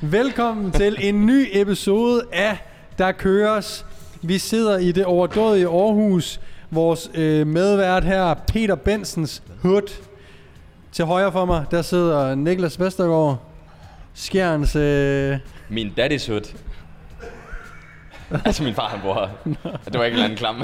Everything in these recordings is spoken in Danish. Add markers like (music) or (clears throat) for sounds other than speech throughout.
Velkommen til en ny episode af Der Køres. Vi sidder i det overdådige Aarhus. Vores øh, medvært her, Peter Bensens Hood. Til højre for mig, der sidder Niklas Vestergaard. Skjerns... Øh, Min daddy's hood. altså min far, han bor her. Det var ikke en eller anden klam.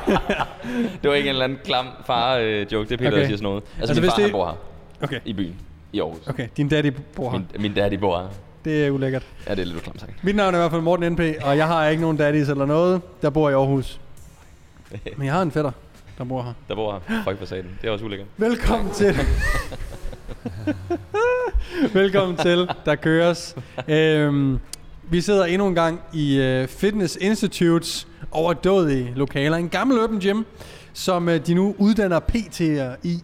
(laughs) det var ikke en eller anden klam far-joke, det er Peter, okay. Okay. der siger sådan noget. Altså, Altså, altså min hvis far, det- han bor her okay, i byen, i Aarhus. okay, din daddy bor her. Min, min daddy bor her. Det er ulækkert. Ja, det er lidt klamt sagt. Mit navn er i hvert fald Morten N.P., og jeg har ikke nogen daddies eller noget, der bor i Aarhus. Men jeg har en fætter, der bor her. Der bor her. Fuck for satan. Det er også ulækkert. Velkommen til. (laughs) Velkommen til, der køres. Øhm, vi sidder endnu en gang i øh, Fitness Institutes overdådige lokaler. En gammel open gym, som øh, de nu uddanner PT'er i.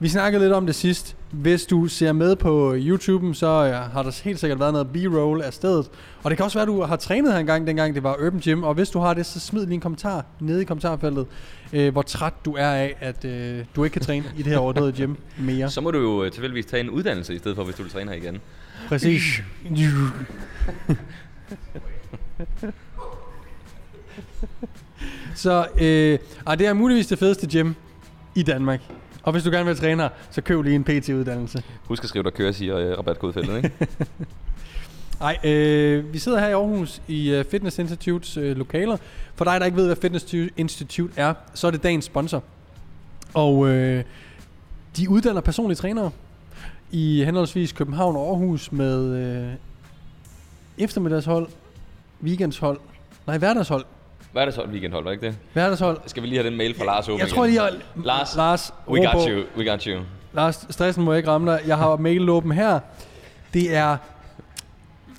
Vi snakkede lidt om det sidst. Hvis du ser med på YouTube'en, så øh, har der helt sikkert været noget B-roll af stedet. Og det kan også være, at du har trænet her engang, dengang det var Open Gym. Og hvis du har det, så smid lige en kommentar nede i kommentarfeltet, øh, hvor træt du er af, at øh, du ikke kan træne i det her overdåede gym mere. Så må du jo øh, tilfældigvis tage en uddannelse i stedet for, hvis du vil træne her igen. Præcis. så øh, ej, det er muligvis det fedeste gym i Danmark. Og hvis du gerne vil træne her, så køb lige en PT-uddannelse. Husk at skrive, der kører, siger øh, rabatkodefeltet, ikke? Nej, øh, vi sidder her i Aarhus i øh, Fitness Institutes øh, lokaler. For dig, der ikke ved, hvad Fitness Tu- Institute er, så er det dagens sponsor. Og øh, de uddanner personlige trænere i henholdsvis København og Aarhus med øh, eftermiddagshold, weekendshold, nej hverdagshold, (laughs) Hvad er det så et weekendhold, var det ikke det? hverdagshold. Skal vi lige have den mail fra Lars åben Jeg tror igen? lige, at Lars, Lars, we ro got på. you, we got you. Lars, stressen må ikke ramme dig. Jeg har mailen åben her. Det er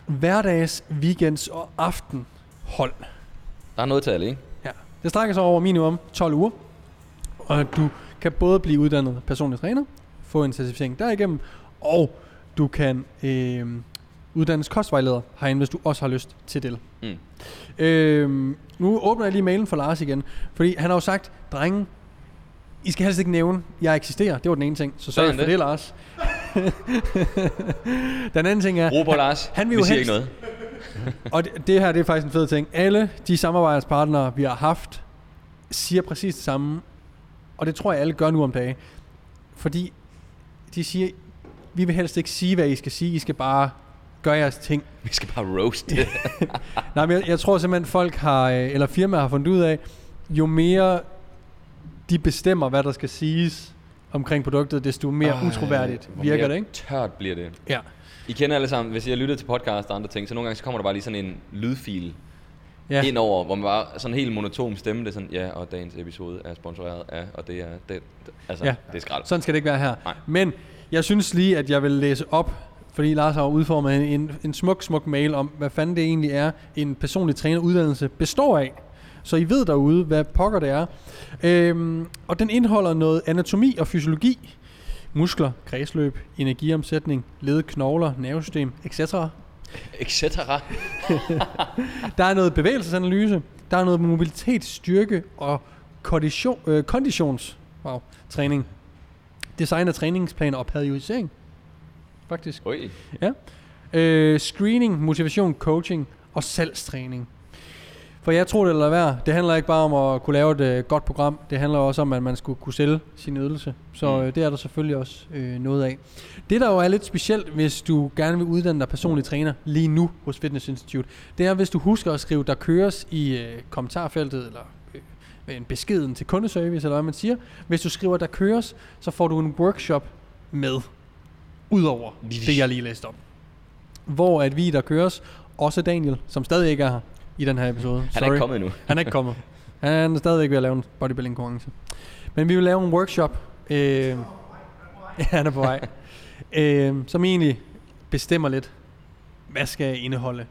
hverdags, weekends og aftenhold. Der er noget til alle, ikke? Ja. Det strækker sig over minimum 12 uger, og du kan både blive uddannet personlig træner, få en certificering derigennem, og du kan øh, uddannes kostvejleder herinde, hvis du også har lyst til det. Mm. Øh, nu åbner jeg lige mailen for Lars igen, fordi han har jo sagt, drenge, I skal helst ikke nævne, jeg eksisterer. Det var den ene ting, så Sagde sørg han for det, det? Lars. (laughs) den anden ting er, Ro på, Lars. han vil vi jo siger helst- ikke noget. og det, det her det er faktisk en fed ting. Alle de samarbejdspartnere, vi har haft, siger præcis det samme. Og det tror jeg, alle gør nu om dagen. Fordi de siger, vi vil helst ikke sige, hvad I skal sige. I skal bare gøre jeres ting. Vi skal bare roast det. Nej, men jeg, jeg tror simpelthen, folk har, øh, eller firmaer har fundet ud af, jo mere de bestemmer, hvad der skal siges omkring produktet, desto mere Ej, utroværdigt Hvor virker mere det, ikke? tørt bliver det. Ja. I kender alle sammen, hvis I har lyttet til podcast og andre ting, så nogle gange så kommer der bare lige sådan en lydfil ja. ja. indover, hvor man bare sådan en helt monotom stemme, det er sådan, ja, og dagens episode er sponsoreret af, og det er, det, det- altså, Ja. ja. det er skrald. Så. Sådan skal det ikke være her. Nej. Men jeg synes lige, at jeg vil læse op, fordi Lars har jo udformet en, en, en smuk, smuk mail om, hvad fanden det egentlig er, en personlig træneruddannelse består af. Så I ved derude, hvad pokker det er. Øhm, og den indeholder noget anatomi og fysiologi, muskler, kredsløb, energiomsætning, led, knogler, nervesystem, etc. Et cetera. Der er noget bevægelsesanalyse, der er noget mobilitet, styrke og kondition, øh, konditions wow, træning. Design af træningsplaner og periodisering. Faktisk. Oj. Ja. Øh, screening, motivation, coaching og salgstræning. For jeg tror det eller hvad, det handler ikke bare om at kunne lave et øh, godt program, det handler også om, at man skulle kunne sælge sin ydelse. Så Mm. øh, det er der selvfølgelig også øh, noget af. Det der jo er lidt specielt, hvis du gerne vil uddanne dig personlig træner lige nu hos Fitness Institute, det er, hvis du husker at skrive, der køres i øh, kommentarfeltet, eller øh, med en beskeden til kundeservice, eller hvad man siger. Hvis du skriver, der køres, så får du en workshop med, udover det, jeg lige læste op. Hvor at vi, der køres, også Daniel, som stadig ikke er her i den her episode. Han er ikke kommet endnu. Han er ikke kommet. Han er stadigvæk ved at lave en bodybuilding konkurrence. Men vi vil lave en workshop. Øh, (laughs) ja, han er på vej. øh, som egentlig bestemmer lidt, hvad skal indeholde.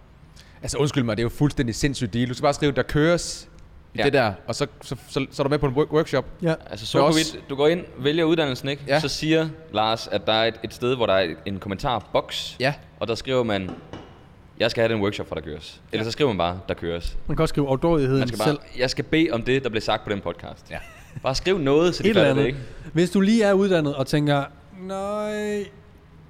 Altså undskyld mig, det er jo fuldstændig sindssygt deal. Du skal bare skrive, der køres Ja. ja. det der, og så, så, så, så er du med på en work- workshop. Ja. Altså, Det så er du, også- du går ind, vælger uddannelsen, ikke? Ja. Så siger Lars, at der er et, et sted, hvor der er et- en kommentarboks, Ja. og der skriver man, jeg skal have den workshop fra Der Køres. Eller så skriver man bare, Der Køres. Man kan også skrive overdådigheden Man skal selv. bare, jeg skal bede om det, der blev sagt på den podcast. Ja. Bare skriv noget, så de Et eller fatter andet. det, ikke? Hvis du lige er uddannet og tænker, nej,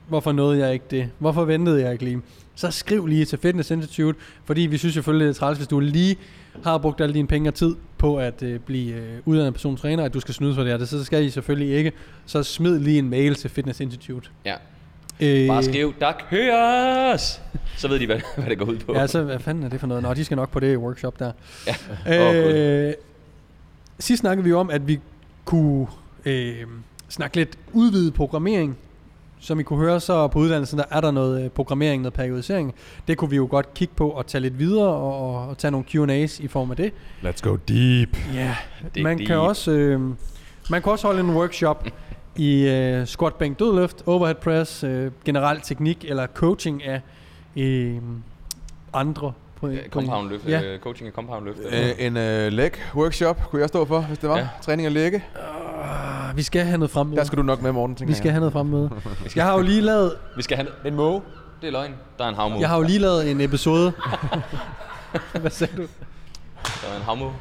hvorfor nåede jeg ikke det? Hvorfor ventede jeg ikke lige? Så skriv lige til Fitness Institute, fordi vi synes selvfølgelig, det er træls, hvis du lige har brugt alle dine penge og tid på at øh, blive øh, uddannet persontræner, at du skal snydes for det her. Det så skal I selvfølgelig ikke. Så smid lige en mail til Fitness Institute. Ja. Øh, Bare skriv, der køres! Så ved de, hvad, (laughs) hvad det går ud på. Ja, så hvad fanden er det for noget? Nå, de skal nok på det workshop der. (laughs) Ja. Åh, Gud. Øh, sidst snakkede vi jo om, at vi kunne øh, snakke lidt udvidet programmering. Som I kunne høre, så på uddannelsen, der er der noget øh, programmering, noget periodisering. Det kunne vi jo godt kigge på og tage lidt videre og, og tage nogle Q&A's i form af det. Let's go deep. Ja, Dig man deep. kan, også, øh, man kan også holde en workshop i øh, squat, bænk, dødløft, overhead press, øh, generel teknik eller coaching af øh, andre. På, Ja, Øh, Compound løft, Ja. ja. coaching af compound løft. Øh, en øh, leg workshop kunne jeg stå for, hvis det var. Ja. Ja. Træning og lægge. Ah, Vi skal have noget fremmøde. Der skulle du nok med, Morten, tænker vi skal jeg. have noget (laughs) fremmøde. Jeg har jo lige lavet, Vi skal have en måge. Det er løgn. Der er en havmåge. jeg har jo lige lavet en (laughs) episode. Hvad sagde du? Der er en (laughs) havmåge.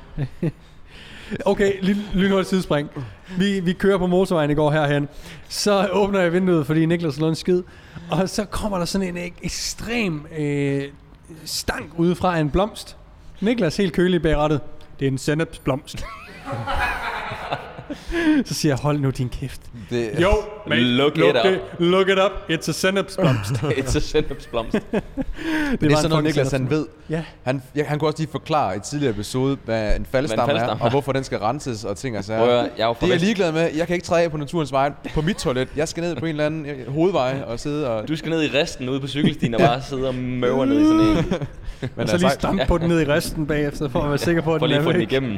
Okay, lyn- lynhurtigt sidespring. Vi, vi kører på motorvejen i går herhen. Så åbner jeg vinduet, fordi Niklas lå en skid. Og så kommer der sådan en ek- ekstrem øh, stank udefra af en blomst. Niklas helt kølig bag rattet. Det er en sennepsblomst. (laughs) så siger jeg, hold nu din kæft. Det, Jo, mate, Look look it up. It, look it up. It's a sennepsblomst. It's a sennepsblomst. var det er en sådan noget, fucking Niklas han sennepsblomst. ved. Ja. Han, ja, han kunne også lige forklare i et tidligere episode, hvad en faldestamme er, faldestamme er. og hvorfor den skal renses og ting og sager. Prøv at høre, jeg er jo fra det er jeg Vest- ligeglad med. Jeg kan ikke træde af på naturens vej på mit toilet. Jeg skal ned på en eller anden øh, hovedvej og sidde og... Du skal ned i resten ude på cykelstien og bare sidde og møver ned i sådan en. Men Og så lige altså, stampe på den ned i resten bagefter, for at være sikker på, at For lige at den få er den væk. igennem.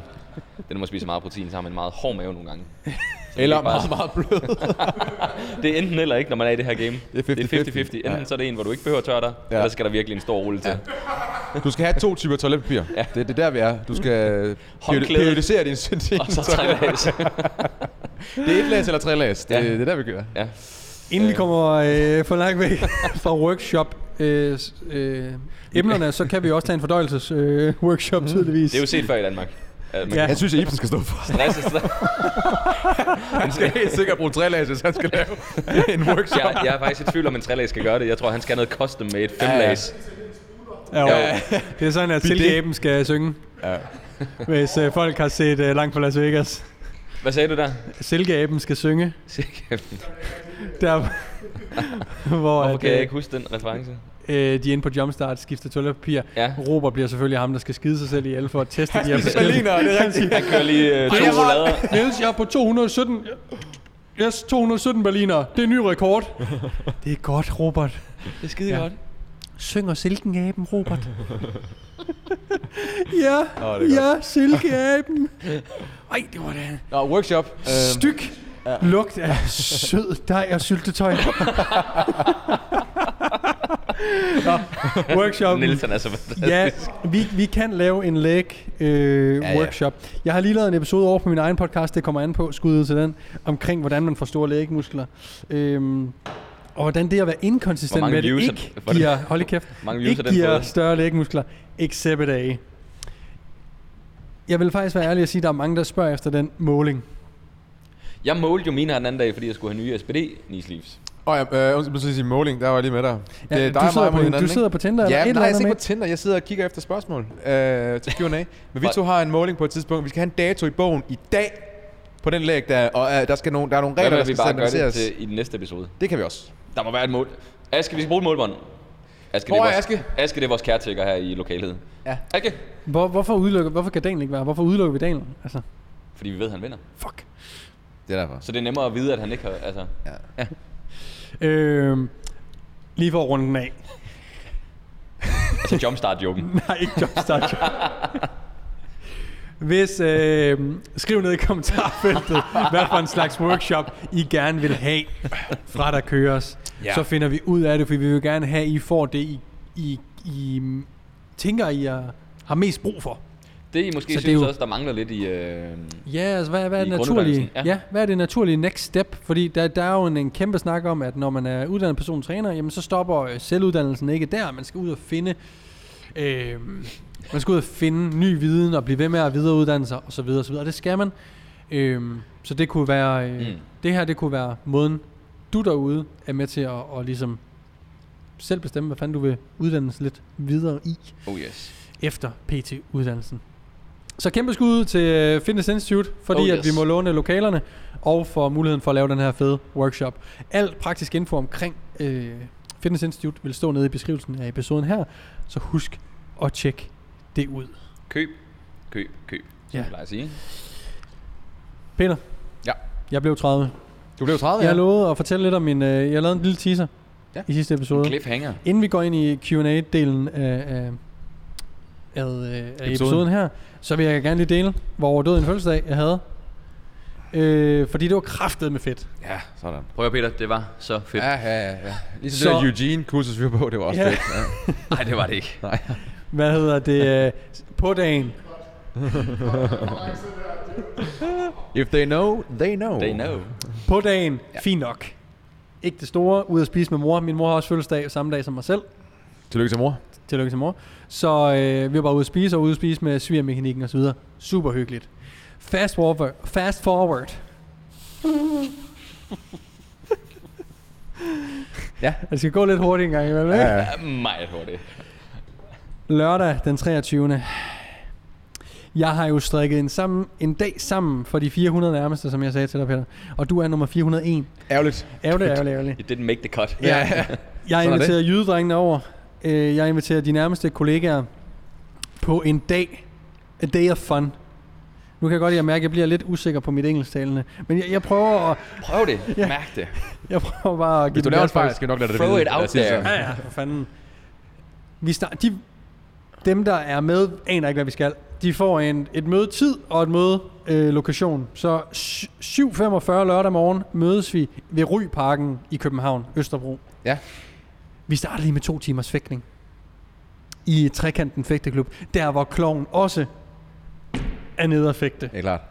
Den må spise meget protein, så har man en meget hård mave nogle gange. Så det er Eller ikke bare- meget, meget blød. Det er enten eller ikke, når man er i det her game. Det er 50-50. Det er 50-50. Enten Ja. så er det en, hvor du ikke behøver at tørre dig, ja. Ja. eller så skal der virkelig en stor rulle til. Ja. Du skal have to typer toiletpapir. Ja. Det, det er der, vi er. Du skal Håndklæde. periodisere din synting. Og så trækker jeg af. Det er et læs eller tre læs. Det, Ja. ja. det er der, vi gør. (laughs) Ja. Inden vi kommer øh, for langt væk (laughs) fra workshop øh, s- øh, emnerne, så kan vi også tage en fordøjelses øh, workshop tydeligvis. Mm. Det er jo set før i Danmark. At man Ja. ja. Jeg synes, at Ibsen skal stå for. Stress, stress. Han skal (laughs) helt sikkert bruge tre læs, hvis han skal (laughs) lave en workshop. Jeg, jeg er faktisk i tvivl om, en trælæg skal gøre det. Jeg tror, han skal have noget custom made. Fem ja, Ja, ja. ja. Ja, Ja. jo. det er sådan, at Silkeaben skal synge. Ja. Hvis øh, folk har set øh, langt fra Las Vegas. Hvad sagde du der? Silkeaben skal synge. Hvorfor Der, (laughs) hvor at, kan jeg ikke huske den reference? øh, de er inde på Jumpstart, skifter toiletpapir. Ja. Robert bliver selvfølgelig ham, der skal skide sig selv i el for at teste de her Berliner, det er rigtigt. Jeg kører lige øh, to jeg har- rullader. (laughs) Niels, jeg er på 217... Yes, 217 berliner. Det er en ny rekord. (laughs) Det er godt, Robert. Det er skide Ja. godt. Synger silkeaben, (laughs) Robert. ja, Åh, oh, det er ja, silkeaben. (laughs) Ej, det var da en Nå, workshop. Øhm, styk lugt af sød dej og (laughs) syltetøj. Nå, workshop. Niels, han er så fantastisk. Ja, vi, vi kan lave en leg øh, ja, ja. workshop. Jeg har lige lavet en episode over på min egen podcast, det kommer an på skuddet til den, omkring hvordan man får store lægmuskler. Øhm, og hvordan det at være Hvor inkonsistent mange med det views er- ikke hvordan- giver, hold i kæft, mange views ikke er den giver fået? større lægmuskler, except af. Jeg vil faktisk være ærlig og sige, at der er mange, der spørger efter den måling. Jeg målte jo mine her den anden dag, fordi jeg skulle have nye SPD knee sleeves. Åh ja, øh, undskyld, jeg skulle sige måling, der var jeg lige med dig. Ja, det er du dig og sidder mig på- mod du hinanden, sidder ikke? på Tinder eller ja, et men eller nej, jeg andet sidder ikke med. på Tinder, jeg sidder og kigger efter spørgsmål øh, til Q&A. Men vi to har en måling på et tidspunkt, vi skal have en dato i bogen i dag på den læg der, og øh, der, skal nogle, der er nogle Hvad med, regler, der at vi skal bare gør det standardiseres. til, i den næste episode? Det kan vi også. Der må være et mål. Aske, vi skal bruge et målbånd. Aske, Hvor er vores, Aske? Aske, det er vores kærtækker her i lokalet. Ja. Aske! Hvor, hvorfor, udelukker, hvorfor kan Daniel ikke være? Hvorfor udelukker vi Daniel? Altså, Fordi vi ved, at han vinder. fuck. Det er derfor. Så det er nemmere at vide, at han ikke har... Altså, Ja. Øhm, lige for at runde den af. altså jumpstart-joken. (laughs) Nej, ikke jumpstart. Hvis, øh, skriv ned i kommentarfeltet, hvad for en slags workshop I gerne vil have fra der køres. Ja. Ja. Så finder vi ud af det, for vi vil gerne have, at I får det, I, I, I tænker, I er, har mest brug for. Det I måske Så det er så synes jo- jo... også, der mangler lidt i... Øh... Ja, altså hvad, hvad er I det naturlige? Ja. grunduddannelsen, ja. ja, hvad er det naturlige next step? Fordi der, der er jo en, en kæmpe snak om, at når man er uddannet persontræner, jamen så stopper øh, selvuddannelsen ikke der. Man skal ud og finde, øh, man skal ud og finde ny viden og blive ved med at videreuddanne sig osv. videre. Og det skal man. Øh, så det kunne være, øh, mm. Mm. det her det kunne være måden du derude er med til at, at ligesom selv bestemme, hvad fanden du vil uddannes lidt videre i Oh yes. efter PT-uddannelsen. Så kæmpe skud til øh, Fitness Institute, fordi Oh, oh, yes. at yes. vi må låne lokalerne, og for muligheden for at lave den her fede workshop. Al praktisk info omkring øh, Fitness Institute vil stå nede i beskrivelsen af episoden her, så husk at tjekke det ud. Køb, køb, køb. Ja. Som ja. jeg plejer at sige. Peter? Ja. Jeg blev 30. Du blev 30, Jeg lovede at fortælle lidt om min... Øh, jeg lavede en lille teaser ja. Ja. i sidste episode. Cliffhanger. Inden vi går ind i Q&A-delen af, af, af, øh, af episoden her, så vil jeg gerne lige dele, hvor overdød en fødselsdag jeg havde. Øh, fordi det var kraftet med fedt. Ja, sådan. Prøv at høre, Peter, det var så fedt. Ja, Nej, ja, ja. ja. Ligesom Så- så... det der Eugene-kursus, vi var på, det var også Ja. ja. fedt. Ja. ja. det var det ikke. Nej. Hvad hedder det? (laughs) Øh, på dagen. If they know, they know. They know. På dagen. Ja. Fint nok. Ikke det store. Ud at spise med mor. Min mor har også fødselsdag samme dag som mig selv. Tillykke til mor. Tillykke til mor. Så øh, vi var bare ude at spise, og ude at spise med svigermekanikken osv. Super hyggeligt. Fast forward. Fast forward. Ja. Altså, Det skal gå lidt hurtigt en gang imellem, ikke? Ja. Ja, meget hurtigt. Lørdag den 23. Jeg har jo strikket en, sammen, en dag sammen for de 400 nærmeste, som jeg sagde til dig, Peter. Og du er nummer 401. Ærgerligt. Ærgerligt, ærgerligt, ærgerligt. It didn't make the cut. Ja. ja. Jeg Sådan er inviterer jydedrengene over. Øh, Jeg inviterer de nærmeste kollegaer på en dag. A day of fun. Nu kan jeg godt lide at mærke, at jeg bliver lidt usikker på mit engelsktalende. Men jeg, jeg prøver at, Prøv det. Mærk det. jeg prøver bare at give Hvis du den laver en gas, fejl, faktisk. skal jeg nok lade dig Throw vide. it out Lad os sige det there. sådan. Ja, ja, for fanden. Vi start, de, dem, der er med, aner ikke, hvad vi skal. De får en, et mødetid og et mødelokation. Så sy- 7.45 lørdag morgen mødes vi ved Ryparken i København, Østerbro. Ja. Vi starter lige med to timers fægtning. I trekanten fægteklub. Der, hvor kloven også er nede at fægte. Det er klart.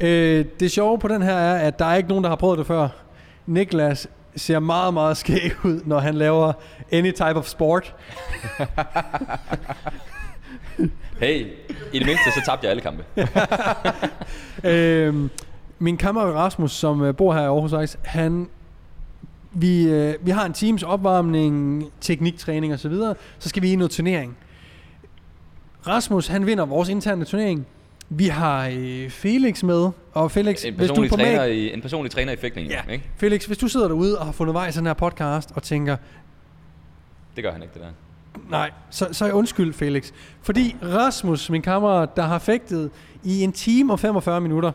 Øh, det sjove på den her er, at der er ikke nogen, der har prøvet det før. Niklas ser meget, meget skæg ud, når han laver any type of sport. Hey, i det mindste, så tabte jeg alle kampe. øh, min kammerat Rasmus, som øh, bor her i Aarhus Ejs, han... Vi, øh, vi har en teams opvarmning, tekniktræning osv., så, videre, så skal vi i noget turnering. Rasmus, han vinder vores interne turnering. Vi har øh, Felix med, og Felix, En hvis du personlig, på mag- træner i, en personlig træner i fægtning, Ja. ikke? Felix, hvis du sidder derude og har fundet vej til den her podcast og tænker, Det gør han ikke, det der. Nej, så, så undskyld Felix. Fordi Rasmus, min kammerat, der har fægtet i en time og 45 minutter,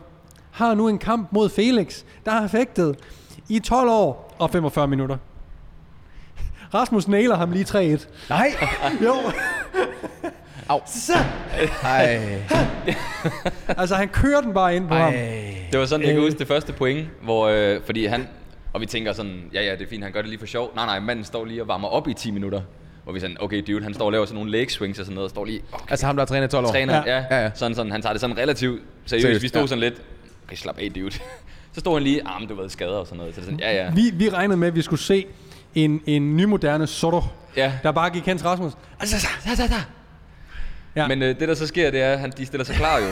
har nu en kamp mod Felix, der har fægtet i 12 år og 45 minutter. Rasmus nailer ham lige 3-1. Nej. Jo. Au. Så, Ej. altså han kører den bare ind på ham. Det var sådan, jeg kan Øh. huske det første point, hvor, øh, fordi han, og vi tænker sådan, ja ja, det er fint, han gør det lige for sjov. Nej, nej, manden står lige og varmer op i 10 minutter. Hvor vi sådan, okay dude, han står og laver sådan nogle leg swings og sådan noget, og står lige og Altså ham, der har trænet i 12 år. træner. Ja. Ja, Ja, ja. ja. Sådan, sådan, han tager det sådan relativt seriøst. Seriøst, vi stod ja. ja. sådan lidt, okay, slap af dude. (laughs) så stod han lige, arm, du ved, skader og sådan noget. Så det er sådan, ja ja. Vi, vi regnede med, at vi skulle se en, en nymoderne Soto, Ja. der bare gik hen til Rasmus. Altså, så, så, så, så. Ja. Men øh, det der så sker, det er, at han, de stiller sig klar jo.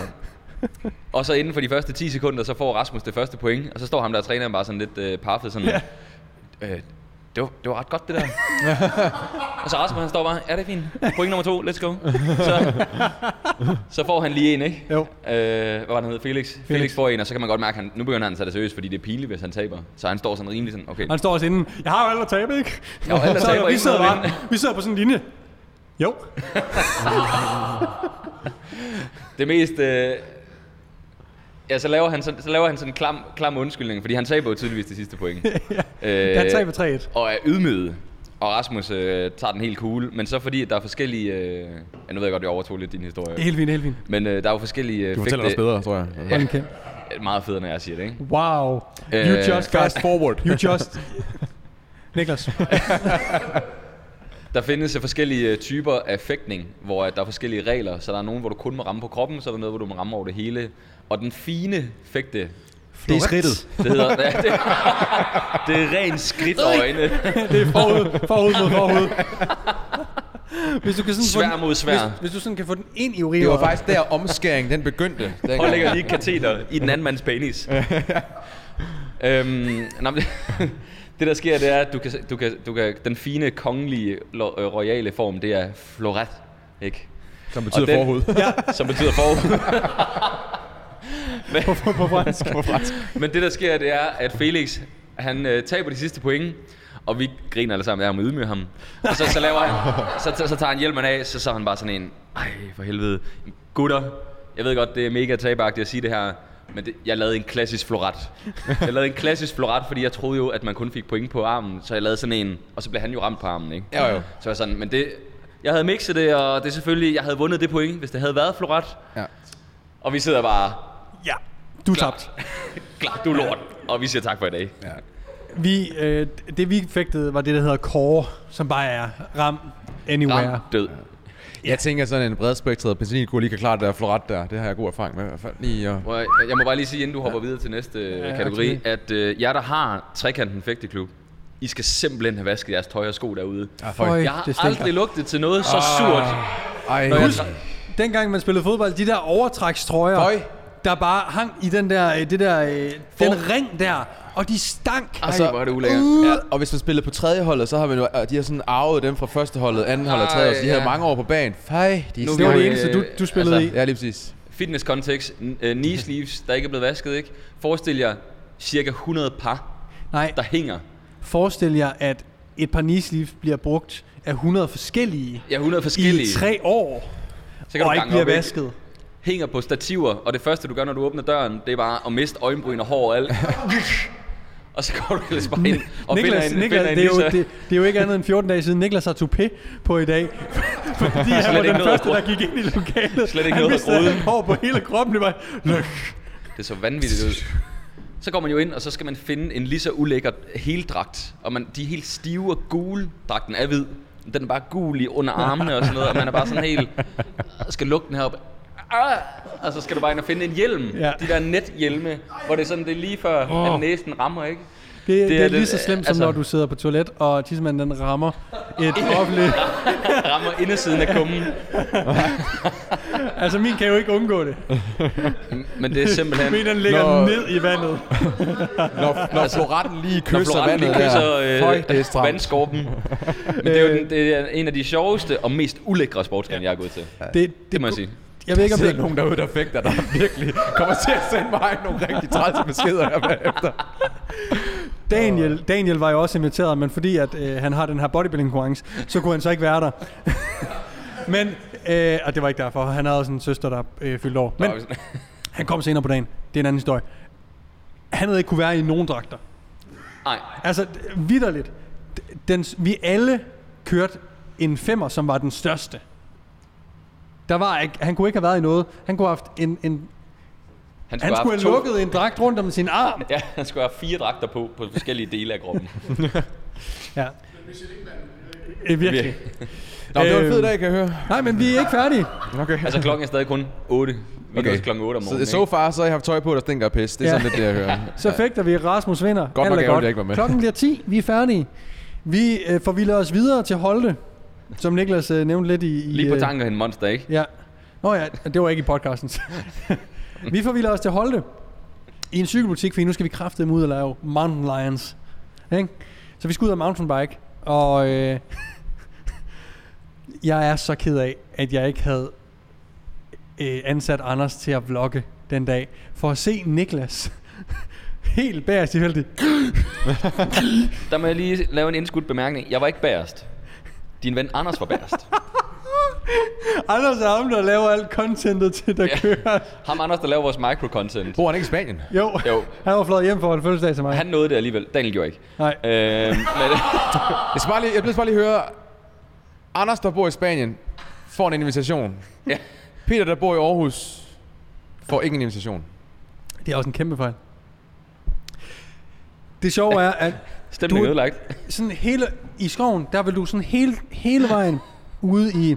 og så inden for de første 10 sekunder, så får Rasmus det første point. Og så står ham der og træneren bare sådan lidt øh, paffet sådan. Ja. Øh, det var, det var ret godt det der. (laughs) og så Rasmus han står bare, ja det er fint. Point nummer to, let's go. Så, så får han lige en, ikke? Jo. Øh, hvad var han hed? Felix. Felix. Felix får en, og så kan man godt mærke, at han, nu begynder han at tage det seriøst, fordi det er pinligt, hvis han taber. Så han står sådan rimelig sådan, okay. Og Han står også inden. Jeg har jo alt at tabe, ikke? Jeg har jo alt (laughs) at Så tabe, og vi, ikke sidder noget at bare, vi sidder på sådan en linje. Jo. Det mest... Øh, ja, så laver han sådan, så laver han sådan en klam, klam undskyldning, fordi han taber jo tydeligvis det sidste point. øh, Han taber 3-1. Og er ydmyget. Og Rasmus øh, tager den helt cool, men så fordi at der er forskellige... Øh, ja, nu ved jeg godt, jeg overtog lidt din historie. Det er helt fint, helt fint. Men øh, der er jo forskellige... Øh, Du fortæller os fægte- bedre, tror jeg. Hold Ja. en kæft. Meget federe, når jeg siger det, ikke? Wow. You Øh, just got... Fast forward. You just... Niklas. Der findes øh, forskellige øh, typer af fægtning, hvor at der er forskellige regler. Så der er nogen, hvor du kun må ramme på kroppen, så er der noget, hvor du må ramme over det hele. Og den fine fægte, Det er skridtet. det hedder... (laughs) ja, det, det er rent skridt og øjne. Det er forud, forud mod forud. Hvis du kan sådan få Svær den- mod svær. Hvis, hvis, du sådan kan få den ind i Det var urinrøret. faktisk der omskæring, den begyndte. Og lægger lige et kateter i den anden mands penis. Øhm, nej, men, (laughs) det der sker, det er, at du kan, du kan, du kan, den fine kongelige lo- øh, royale form, det er floret, ikke? Som betyder den- forhud. Ja, Som betyder forud. (laughs) på, på, på fransk. Men det der sker, det er, at Felix, han øh, taber de sidste point, og vi griner alle sammen af ham og ydmyger ham. Og så, så, laver han, så, så, så tager han hjelmen af, så så er han bare sådan en, ej for helvede, gutter, jeg ved godt, det er mega tabagtigt at sige det her, men det, jeg lavede en klassisk floret. Jeg lavede en klassisk floret, fordi jeg troede jo, at man kun fik point på armen, så jeg lavede sådan en, og så blev han jo ramt på armen, ikke? Jo, jo. Så jeg sådan, men det, jeg havde mixet det, og det er selvfølgelig, jeg havde vundet det point, hvis det havde været floret. Ja. Og vi sidder bare, Ja, du er tabt. klar, du er lort, og vi siger tak for i dag. ja. Vi, øh, det vi fægtede var det, der hedder core, som bare er ram anywhere. Ram, død. Jeg tænker sådan en bredspektret penicillinkur lige kan klare det der floret der. Det har jeg god erfaring med i hvert fald. Lige, og... Må Jeg jeg må bare lige sige, inden du hopper videre til næste ja, kategori, okay. at øh, jer, der har trekanten fægteklub, I skal simpelthen have vasket jeres tøj og sko derude. Ah, Føj, jeg det har stinker. Ah. aldrig lugtet til noget så surt. Ej, jeg Husk, dengang man spillede fodbold, de der overtrækstrøjer, Føj. der bare hang i den der, øh, det der, øh, den ring der, og de stank. Altså, Ej, så- hvor er det ulækkert. Ja, og hvis man spillede på tredje holdet, så har man jo, øh, de har sådan arvet dem fra første holdet, anden holdet og tredje Ej, holdet, så de ja. havde mange år på banen. Fej, de Nu er Det var vi- det snak- eneste, du, du spillede altså, altså, i. Ja, lige præcis. Fitnesskontekst, n- øh, knee sleeves, der ikke er blevet vasket, ikke? Forestil jer cirka 100 par, Nej, der hænger. forestil jer, at et par kneesleeves bliver brugt af 100 forskellige, Ja, 100 i forskellige. tre år, så og ikke gange bliver op, vasket. hænger på stativer, og det første, du gør, når du åbner døren, det er bare at miste øjenbryn og hår (laughs) og alt. og så går du ellers bare ind og Niklas, finder en, Niklas finder en det, er jo, Lisa. det, det er jo ikke andet end 14 dage siden, Niklas har toupé på i (laughs) dag. Fordi han var ikke den noget at første, der gro- gik ind i lokalet. Slet ikke han noget at mistede rode. alt hår på hele kroppen. Det var, Det så vanvittigt ud. Så går man jo ind, og så skal man finde en lige så ulækker heldragt. Og man, de er helt stive og gule. Dragten er hvid. men Den er bare gul i under armene og sådan noget. Og man er bare sådan helt... Skal lukke den her op. Ah! Og så skal du bare ind og finde en hjelm. Ja. Ja. De der nethjelme, hvor det er sådan, det er lige før, oh. at næsen rammer, ikke? Det, det, det er, er lige lidt, så slemt, som altså- når du sidder på toilet, og tissemanden den rammer (laughs) et offentligt... Rammer indersiden af kummen. Altså, min kan jo ikke undgå det. Men det er simpelthen... Min, den ligger Når- ned i vandet. Når, når floretten lige Altså, Når kysser Florent vandet lige kysser der. øh, Føj, (laughs) det er stramt. (laughs) Øh. vandskorpen. Men det er jo den, det er en af de sjoveste og mest ulækre sportsgrene, jeg er gået til. Det, det, Det må jeg sige. Jeg ved ikke, Der om sidder det... nogen derude, der fægter, (laughs) der virkelig kommer til at sende mig nogle rigtig trælse beskeder her bagefter. Daniel, Daniel var jo også inviteret, men fordi at, øh, han har den her bodybuilding konkurrence, så kunne han så ikke være der. men, øh, og det var ikke derfor. Han havde også en søster, der øh, fyldte år. Men han kom senere på dagen. Det er en anden historie. Han havde ikke kunne være i nogen dragter. Nej, Altså, d- vidderligt. D- Den, s- vi alle kørte en femmer, som var den største. Der var ikke, han kunne ikke have været i noget. Han kunne have haft en, en han han have skulle haft have to- lukket en dragt rundt om sin arm. Ja, han skulle have fire dragter på, på forskellige dele af (laughs) kroppen. Ja. Øh, virkelig. Nå, det var en fed Øhm. dag, kan jeg høre. Nej, men vi er ikke færdige. Okay. altså klokken er stadig kun 8. Vi okay. klokken 8 om så, morgenen. so far, så har jeg haft tøj på, der stinker af pis. Det er Ja. sådan lidt det, jeg (laughs) hører. (laughs) Så fægter vi. Rasmus vinder. nok Alt er ærgerligt, jeg ikke var med. Klokken bliver 10. Vi er færdige. Vi øh, forvilder os videre til Holte, som Niklas øh, nævnte lidt i... i Lige på øh, tanker hen monster, ikke? Ja. Nå ja, det var ikke i (laughs) podcasten. vi forvilder os til Holte i en cykelbutik, for nu skal vi kraftedeme ud og lave Mountain Lions. Ikke? Så vi skal ud af mountainbike, og øh, (laughs) jeg er så ked af, at jeg ikke havde øh, ansat Anders til at vlogge den dag, for at se Niklas (laughs) helt bagerst i feltet. Der må jeg lige lave en indskudt bemærkning. Jeg var ikke bærest. Din ven Anders var (laughs) bærest. Anders er ham, der laver alt contentet til, der Ja. kører. Ham Anders, der laver vores microcontent. Bor han ikke i Spanien? Jo, Jo. han var fløjet hjem for en fødselsdag til mig. Han nåede det alligevel. Daniel gjorde ikke. Nej. Øhm, men, Jeg, skal bare lige, jeg bliver bare lige høre, Anders, der bor i Spanien, får en invitation. (laughs) ja. Peter, der bor i Aarhus, får ikke en invitation. Det er også en kæmpe fejl. Det sjove er, at Stemningen Du- er ødelagt. sådan hele, i skoven, der vil du sådan hele, hele vejen ude i,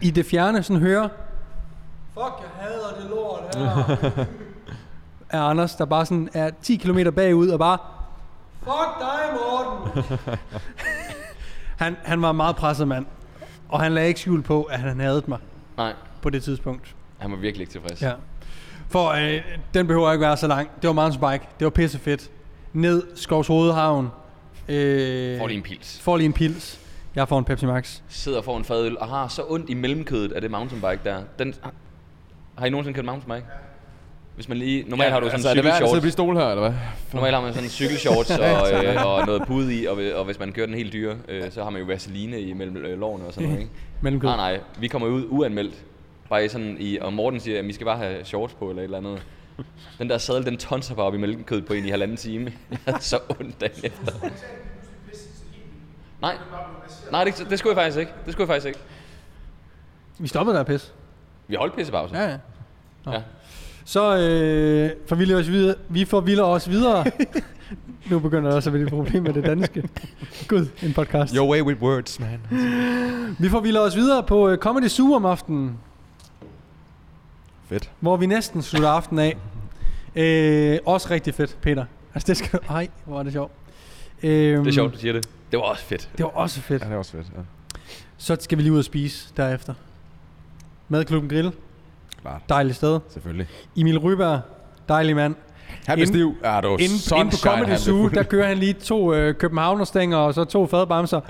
i det fjerne sådan høre, fuck, jeg hader det lort her. er Anders, der bare sådan er 10 km bagud og bare, fuck dig, Morten. han, han var en meget presset mand, og han lagde ikke skjul på, at han havde mig Nej, på det tidspunkt. han var virkelig ikke tilfreds. Ja. For øh, den behøver ikke være så lang. Det var mountainbike. Det var pissefedt. ned Skovshovedhavn. Øh, Får lige en pils. Får lige en pils. Jeg får en Pepsi Max. Sidder foran fadøl og har så ondt i mellemkødet af det mountainbike der. Den, har I nogensinde kørt mountainbike? Hvis man lige... Normalt har du sådan en altså, er det værd at sidde på de cykelshorts. stol her, eller hvad? Normalt har man sådan en (laughs) cykelshorts og, øh, og noget pud i, og, og hvis man kører den helt dyre, øh, så har man jo vaseline imellem øh, lårene og sådan noget, ikke? Mellemkød. Nej, nej. Vi kommer ud uanmeldt. Bare i sådan i, og Morten siger, at vi skal bare have shorts på eller et eller andet. Den der sadel, den tonser bare op i mælkekødet på en i halvanden time. (laughs) Jeg havde så ondt dagen efter. Nej, nej det, det skulle jeg faktisk ikke. Det skulle jeg faktisk ikke. Vi stoppede der pis. Vi holdt pissepause. Ja, ja. ja. Så øh, forvilder os videre. vi forvilder os (laughs) videre. nu begynder der også at være et problem med det danske. Gud, en podcast. Your way with words, man. Vi forvilder os videre på øh, Comedy Zoo om aftenen, Fedt. hvor vi næsten slutter aftenen af. Øh, også rigtig fedt, Peter. Altså det skal du... Ej, hvor er det sjovt. Øh, Det er sjovt, du siger det. Det var også fedt. Det var også fedt. Ja, det er også fedt. Ja. Så skal vi lige ud og spise derefter. Madklubben Grill. Klart. Dejligt sted. Selvfølgelig. Emil Ryberg. Dejlig mand. Han blev Inden- stiv. Ja, du Inden, inden på Comedy Zoo, der kører han lige to øh, københavnerstænger og så to (laughs) fadbamser.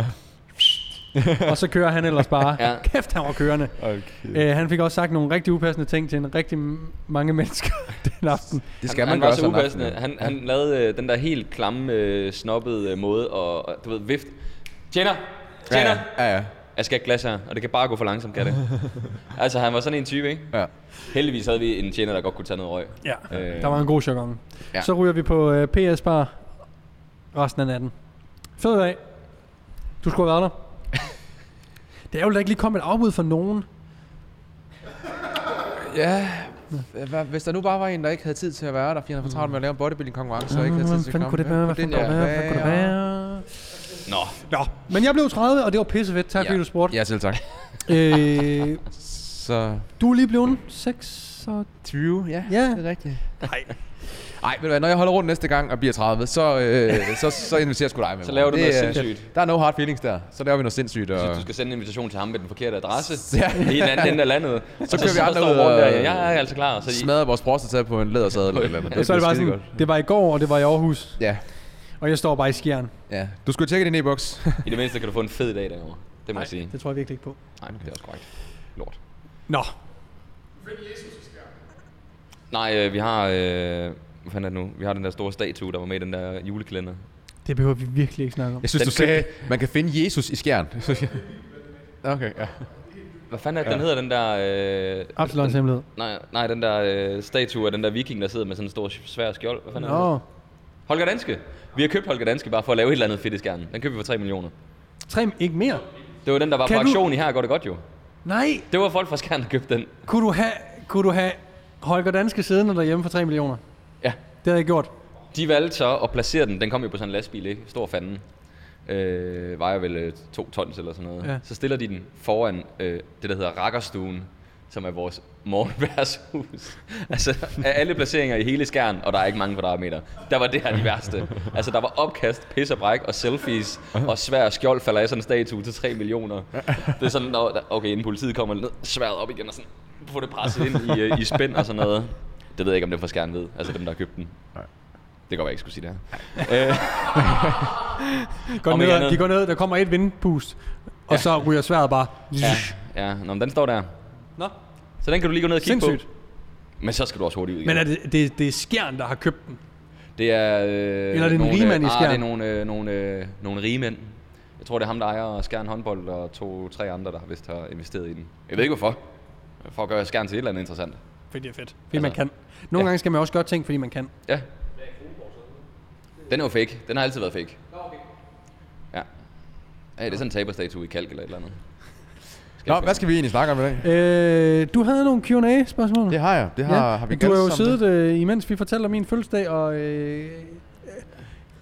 og så kører han ellers bare. Ja. ja. Kæft, han var kørende. Okay. Øh, han fik også sagt nogle rigtig upassende ting til en rigtig m- mange mennesker (laughs) den aften. Det skal han, man han gøre var så sådan en aften, upassende. ja. Han, han lavede øh, den der helt klamme, øh, snobbede øh, måde, og, og du ved, vift. Tjener! Ja, Tjener! ja. ja, ja. Jeg skal have et glas her, og det kan bare gå for langsomt, kan det? (laughs) altså, han var sådan en type, ikke? ja. Heldigvis havde vi en tjener, der godt kunne tage noget røg. Ja. Øh, Der var en god jargon. Ja. Ja. Så ryger vi på øh, PS Bar resten af natten. Fed dag. Du skulle have været der. Det er jo, der ikke lige kom et afbud for nogen. Ja. Hva- Hvis der nu bare var en, der ikke havde tid til at være der, fordi han havde for travlt med at lave en bodybuilding-konkurrence, og ikke havde tid Hvad til at komme. fanden kunne det være? Hvad fanden kunne det være? Hvad kunne det være? Nå, Nå, men jeg blev 30, og det var pissefedt. Tak Ja. fordi du spurgte. Ja, selv tak. Øh, Så du er lige blevet 6 og... 20, ja, Ja. det er rigtigt. Nej. Nej, ved du hvad, når jeg holder rundt næste gang og bliver 30, så, øh, så, så inviterer jeg sgu dig med. Så laver du Det noget er- sindssygt. Der er no hard feelings der. Så laver vi noget sindssygt. Og... så du skal sende en invitation til ham med den forkerte adresse. (laughs) Ja. Ja. I den anden ende af landet. Og kører vi sidder- andre står ud Morten og- der, ja, Jeg er altså klar. Så I, smadrer vores prostata på en lædersadel eller noget. Ja, så er det bare sådan, det var i går, og det var i Aarhus. Ja, Og jeg står bare i skjern. ja. Du skulle tjekke din e-boks. i det mindste kan du få en fed dag derovre. Det må jeg sige. Det tror jeg virkelig ikke på. Nej, det er også korrekt. Lort. Nå, Nej, øh, vi har... Øh, hvad fanden er det nu? Vi har den der store statue, der var med i den der julekalender. det behøver vi virkelig ikke (laughs) snakke om. Jeg synes, Den du sagde, man kan finde Jesus i skjern. okay, ja. Hvad fanden er det, den hedder, den der... Øh, Absalons den, hemmelighed. nej, nej, den der øh, statue af den der viking, der sidder med sådan en stor svær skjold. Hvad fanden er det? Nå, Holger Danske. Vi har købt Holger Danske bare for at lave et eller andet fedt i skærmen. Den købte vi for 3 millioner. tre, ikke mere. Det var den, der var Kan på du- aktion i her, går det godt jo. Nej, Det var folk fra Skjern, der købte den. kunne du have, kunne du have Holger Danske siddende derhjemme for 3 millioner? Ja. Det havde jeg gjort. De valgte så at placere den. Den kom jo på sådan en lastbil, ikke? Stor fanden. Øh, vejer vel øh, to tons eller sådan noget. Ja. Ja. Så stiller de den foran øh, det, der hedder Rakkerstuen, som er vores morgenværshus. altså, af alle placeringer i hele skærn, og der er ikke mange kvadratmeter, der var det her de værste. Altså, der var opkast, pis og bræk, og selfies, og svær og skjold falder af sådan en statue til 3 millioner. Det er sådan, når, okay, inden politiet kommer ned, sværet op igen og sådan, få det presset ind i, øh, i spænd og sådan noget. Det ved jeg ikke, om det er fra Skjern ved, altså dem, der har købt den. Det går, jeg ikke skulle sige det her. Går Om ikke andet. ned, de går ned, der kommer et vindpust, og ja. så ryger sværet bare. Ja, ja. Nå, men den står der. Nå, Så den kan du lige gå ned og kigge Sindssygt. på. Men så skal du også hurtigt ud igen. men er det, det, det er skjern, der har købt den. Det er... Øh, Eller er det en nogle, rigmand i øh, Ah, Skjern? det er nogle, øh, nogle, øh, nogle rigmænd. Jeg tror, det er ham, der ejer Skjern håndbold og to-tre andre, der vist har investeret i den. Jeg ved ikke hvorfor. For at gøre Skjern til et eller andet interessant. Fordi det er fedt. Fordi altså, Altså, man kan. Nogle ja. gange skal man også godt tænke, fordi man kan. Ja. Den er jo fake. Den har altid været fake. Ja. Ja, det er sådan en taberstatue i kalk eller et eller andet. Nå, hvad skal vi egentlig snakke om i dag? Øh, du havde nogle Q&A-spørgsmål. Det har jeg. Det har, har vi du har alle jo sammen siddet, det? øh, imens vi fortæller min fødselsdag, og øh,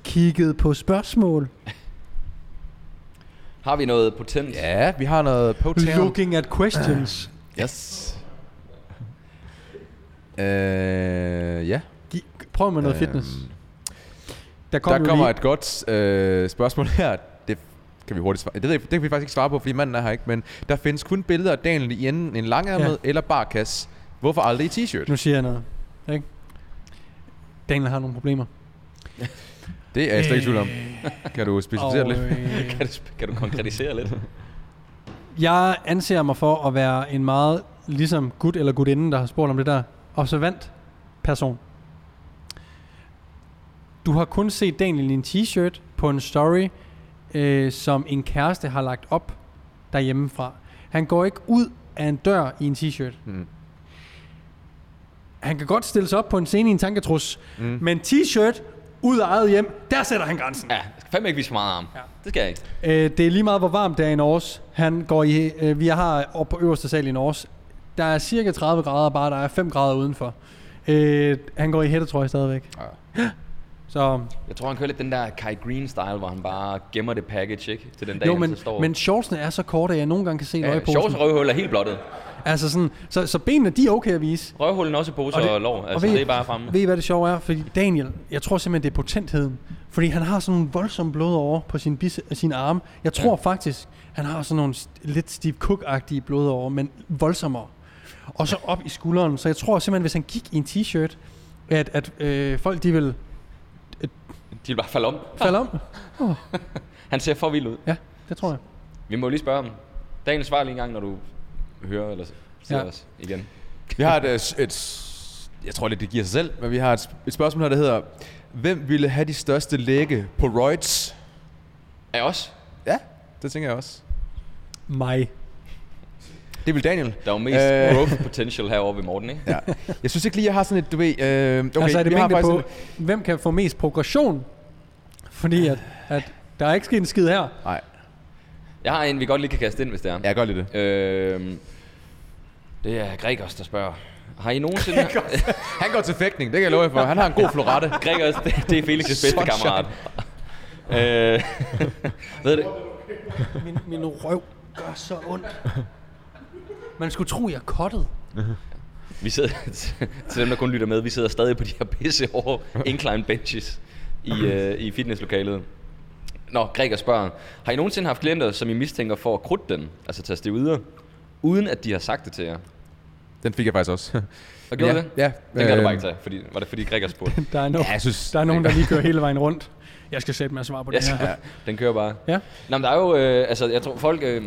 kigget på spørgsmål. Har vi noget potent? Ja, vi har noget potam. Looking at questions. Yes. Øh, ja. Gi- Prøv med noget fitness. Der, kom Kom Øhm, der jo kommer lige- et godt øh, spørgsmål her. Det kan vi hurtigt svare. Det, ved jeg- det kan vi faktisk ikke svare på, fordi manden er her ikke. Men der findes kun billeder af Daniel i enden en langærmet ja. Ja. eller barkas. Hvorfor aldrig i t-shirt? Nu siger jeg noget. Ikke? Daniel har nogle problemer. Det er jeg slet ikke i tvivl om. Kan du specificere Øh. Og, det lidt? øh, (laughs) Kan du, kan du konkretisere (laughs) lidt? Jeg anser mig for at være en meget, ligesom gut eller gutinden, der har spurgt om det der, observant person. Du har kun set Daniel i en t-shirt på en story, øh, som en kæreste har lagt op derhjemmefra. Han går ikke ud af en dør i en t-shirt. Mm. Han kan godt stille sig op på en scene i en tanketrus, mm. men t-shirt ud af eget hjem, der sætter han grænsen. Ja, jeg skal fandme ikke vise for meget arm. Ja. Det skal jeg ikke. Øh, det er lige meget, hvor varmt det er i Norge. Han går i, øh, vi har oppe på øverste sal i Norge. Der er cirka 30 grader, bare der er 5 grader udenfor. Øh, han går i hættetrøje stadigvæk. Ah. (gasps) Så, Jeg tror, han kører lidt den der Kai Green-style, hvor han bare gemmer det package, ikke? Til den dag, jo, han men, så står... men shortsene er så korte, at jeg nogle gange kan se ja, ja, shorts og røvhul er helt blottet. Altså sådan, så, så benene, de er okay at vise. Røvhullen også i poser og, det, og lår. Altså, det er bare fremme. Ved I, hvad det sjove er? Fordi Daniel, jeg tror simpelthen, det er potentheden. Fordi han har sådan nogle voldsomme blodår over på sin, bis, øh, sin arme. Jeg tror ja. faktisk, han har sådan nogle st- lidt Steve Cook-agtige blodår, men voldsommere. Og så op i skulderen. Så jeg tror simpelthen, hvis han gik i en t-shirt, at, at øh, folk de vil De vil bare falde om. falde om. Han ser for vild ud. Ja, det tror jeg. Vi må jo lige spørge ham. Daniel, svar lige en gang, når du hører eller ser ja. Ja. os igen. Vi har et, øh, s- et, s- jeg tror lidt, det giver sig selv, men vi har et, s- et spørgsmål her, der hedder, hvem ville have de største lægge på Reuters? Af os? Ja, det tænker jeg også. Mig. Det vil Daniel. Der er jo mest Øh. growth potential herovre ved Morten, ikke? Ja. Jeg synes ikke lige, jeg har sådan et, du ved... Øh, okay, Okay, altså er det vi har mængde på, faktisk en- hvem kan få mest progression? Fordi at, at der er ikke sket en skid her. Nej, Jeg har en, vi godt lige kan kaste ind, hvis det er. jeg gør lige det. Øhm, det er Gregers, der spørger. Har I nogensinde... Gregers, Han går til fægtning, det kan jeg love jer for. Han har (laughs) en god florette. (laughs) Gregers det, det er Felix' bedste Sunshine. kammerat. øh, (laughs) ved det? Min, min røv gør så ondt. Man skulle tro, jeg kottede. Vi sidder, (laughs) til dem, der kun lytter med, vi sidder stadig på de her pisse hårde incline benches i, øh, i fitnesslokalet. Nå, Gregers spørger, har I nogensinde haft klienter, som I mistænker for at krudte den, altså tage det videre, uden at de har sagt det til jer? Den fik jeg faktisk også. Og (laughs) gjorde Ja, det? ja. Den kan du Øhm. bare ikke tage, fordi, var det fordi Gregers spurgte? (laughs) Der er, no- Ja, jeg synes- der er nogen, der lige kører hele vejen rundt. Jeg skal sætte mig og svare på Yes. det her. Ja. Den kører bare. Ja. Nå, men der er jo, øh, altså jeg tror folk, øh,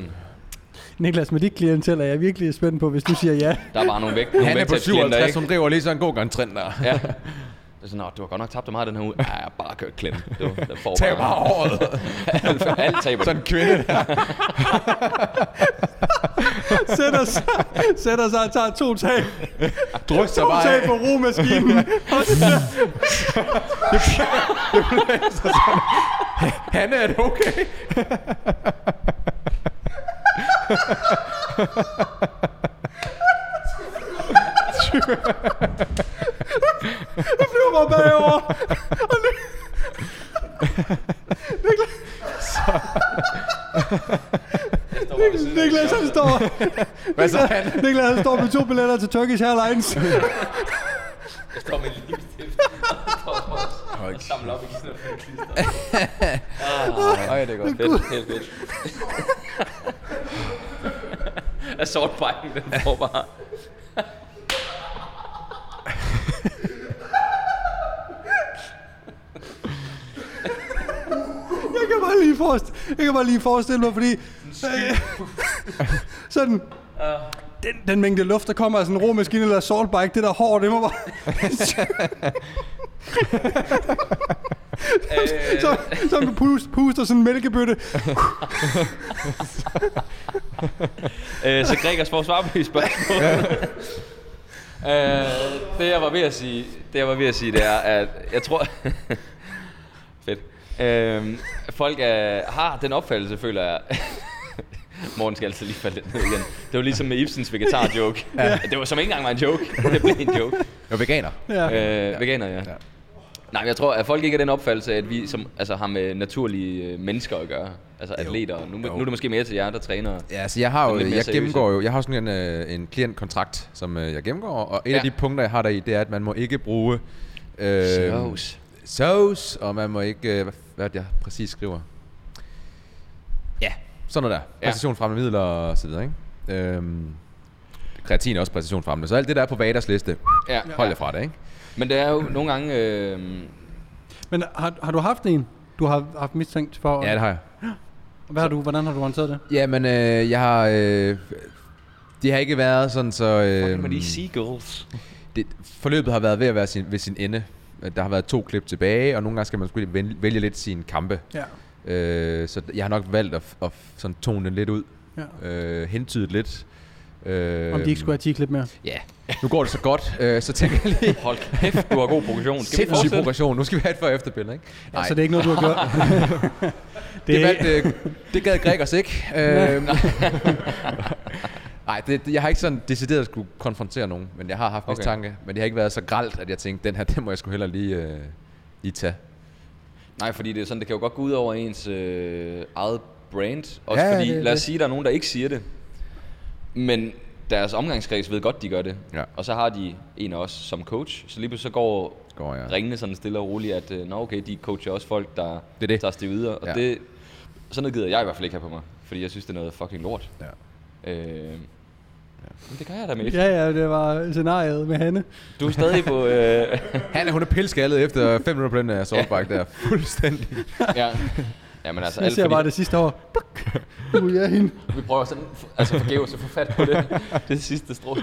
Niklas, med dit klientel er jeg virkelig spændt på, hvis du siger (laughs) ja. der er bare nogle vægt. nogle Han er på vægttabsklienter, 57, ikke? hun driver lige sådan en god gang (laughs) trend der. Ja. Det er sådan, "Nå, du har godt nok tabt dig meget den her uge. Ja, jeg har bare kørt klem. Det var, den får Tag bare håret. Alt, (laughs) alt taber Sådan sådan. en kvinde der. Sætter sig, sætter sig og tager to tag, Drysser to bare tag af. på romaskinen. Og så- Han er det okay. (laughs) Jeg flyver bare (laughs) bagover. Og Ni- Niklas, Niklas, han står, Hvad (laughs) så (laughs) han? Niklas, han står med to billetter til Turkish Airlines. Jeg står med en lipstift. Og samler op i sådan noget klister. Ej, det er godt. Ah, Fedt, (laughs) helt fedt. Assaultbrækken, den får bare... Jeg kan bare lige forestille, jeg kan bare lige forestille mig, fordi... Øh, (laughs) sådan... Den, den mængde luft, der kommer af sådan en rå maskine eller saltbike, det der hår, det må (laughs) bare... (laughs) Øh, Så, så du puster, puster sådan en mælkebøtte. øh, så Gregers får svar på de spørgsmål. øh, det jeg var ved at sige, det jeg var ved at sige, det er, at jeg tror... (laughs) fedt. Øh, folk er, har den opfattelse, føler jeg... (laughs) Morgen skal altid lige falde lidt ned igen. Det var ligesom med Ibsens vegetar-joke. (laughs) Ja. Det var som ikke engang var en joke. (laughs) Det blev en joke. Jeg er veganer. Ja. Øh, ja. Veganer, ja. ja. Nej, men jeg tror, at folk ikke er den opfattelse, at vi som, altså, har med naturlige øh, mennesker at gøre. Altså jo. atleter. Nu, nu er det måske mere til jer, der træner. Ja, altså jeg har jo, Men lidt mere jeg seriøse. gennemgår jo, jeg har sådan en, øh, en klientkontrakt, som øh, jeg gennemgår, og et Ja. af de punkter, jeg har deri, det er, at man må ikke bruge... Øh, Øhm. Sovs. Sauce, og man må ikke... Øh, hvad, hvad er det, jeg præcis skriver? Ja, sådan noget der. Ja. Præcisionsfremmende midler og så videre, ikke? Øhm, kreatin er også præcisionsfremmende, så alt det der er på Vadas liste, Ja. hold jer fra det, ikke? Men det er jo nogle gange... Øh, Men har, har du haft en, du har haft mistænkt for? Ja, det har jeg. Hvad har du, hvordan har du håndteret det? Jamen, øh, jeg har... Øh, det har ikke været sådan, så... Fuck, Øh, øhm, de seagulls. det, forløbet har været ved at være sin, ved sin ende. Der har været to klip tilbage, og nogle gange skal man sgu lige vælge, vælge lidt sine kampe. Ja. Øh, så jeg har nok valgt at, at sådan tone den lidt ud. ja. Øh, hentydet lidt. Øh, Om de ikke skulle have 10 klip mere. Ja, nu går det så godt, øh, så tænker jeg lige... (laughs) Hold kæft, du har god progression. Skal vi Sindssyg fortsætte? progression. Nu skal vi have et før efterbillede, ikke? Ja, så Altså, det er ikke noget, du har (laughs) gjort. Det, det, valgte, øh, (laughs) det gad Gregers ikke. (laughs) Øh, Nej, det, det, jeg har ikke sådan decideret skulle konfrontere nogen, men jeg har haft Okay. okay. mistanke. Men det har ikke været så gralt, at jeg tænkte, den her, (laughs) den må jeg sgu hellere lige, øh, lige tage. Nej, fordi det, er sådan, det kan jo godt gå ud over ens øh, eget brand. Også Ja, ja, ja, fordi, det er det, lad os det. sige, der er nogen, der ikke siger det. Men deres omgangskreds ved godt, de gør det. Ja. Og så har de en af os som coach. Så lige pludselig så går, Går jeg. ringene sådan stille og roligt, at øh, nå okay, de coacher også folk, der det er det. tager stivider. Og Ja. ja. det, sådan noget gider jeg i hvert fald ikke have på mig. Fordi jeg synes, det er noget fucking lort. Ja. Øh, men det gør jeg da med. Ja. Ja, ja, det var scenariet med Hanne. Du er stadig på... (laughs) Øh, Han er hun er pilskaldet efter 5 minutter på den her softbike der. Fuldstændig. ja. ja, men altså, Jeg alt ser fordi- bare det sidste år. Pluk. Nu er jeg hende. Vi prøver sådan, altså forgæves at få fat på det, (laughs) det sidste strå.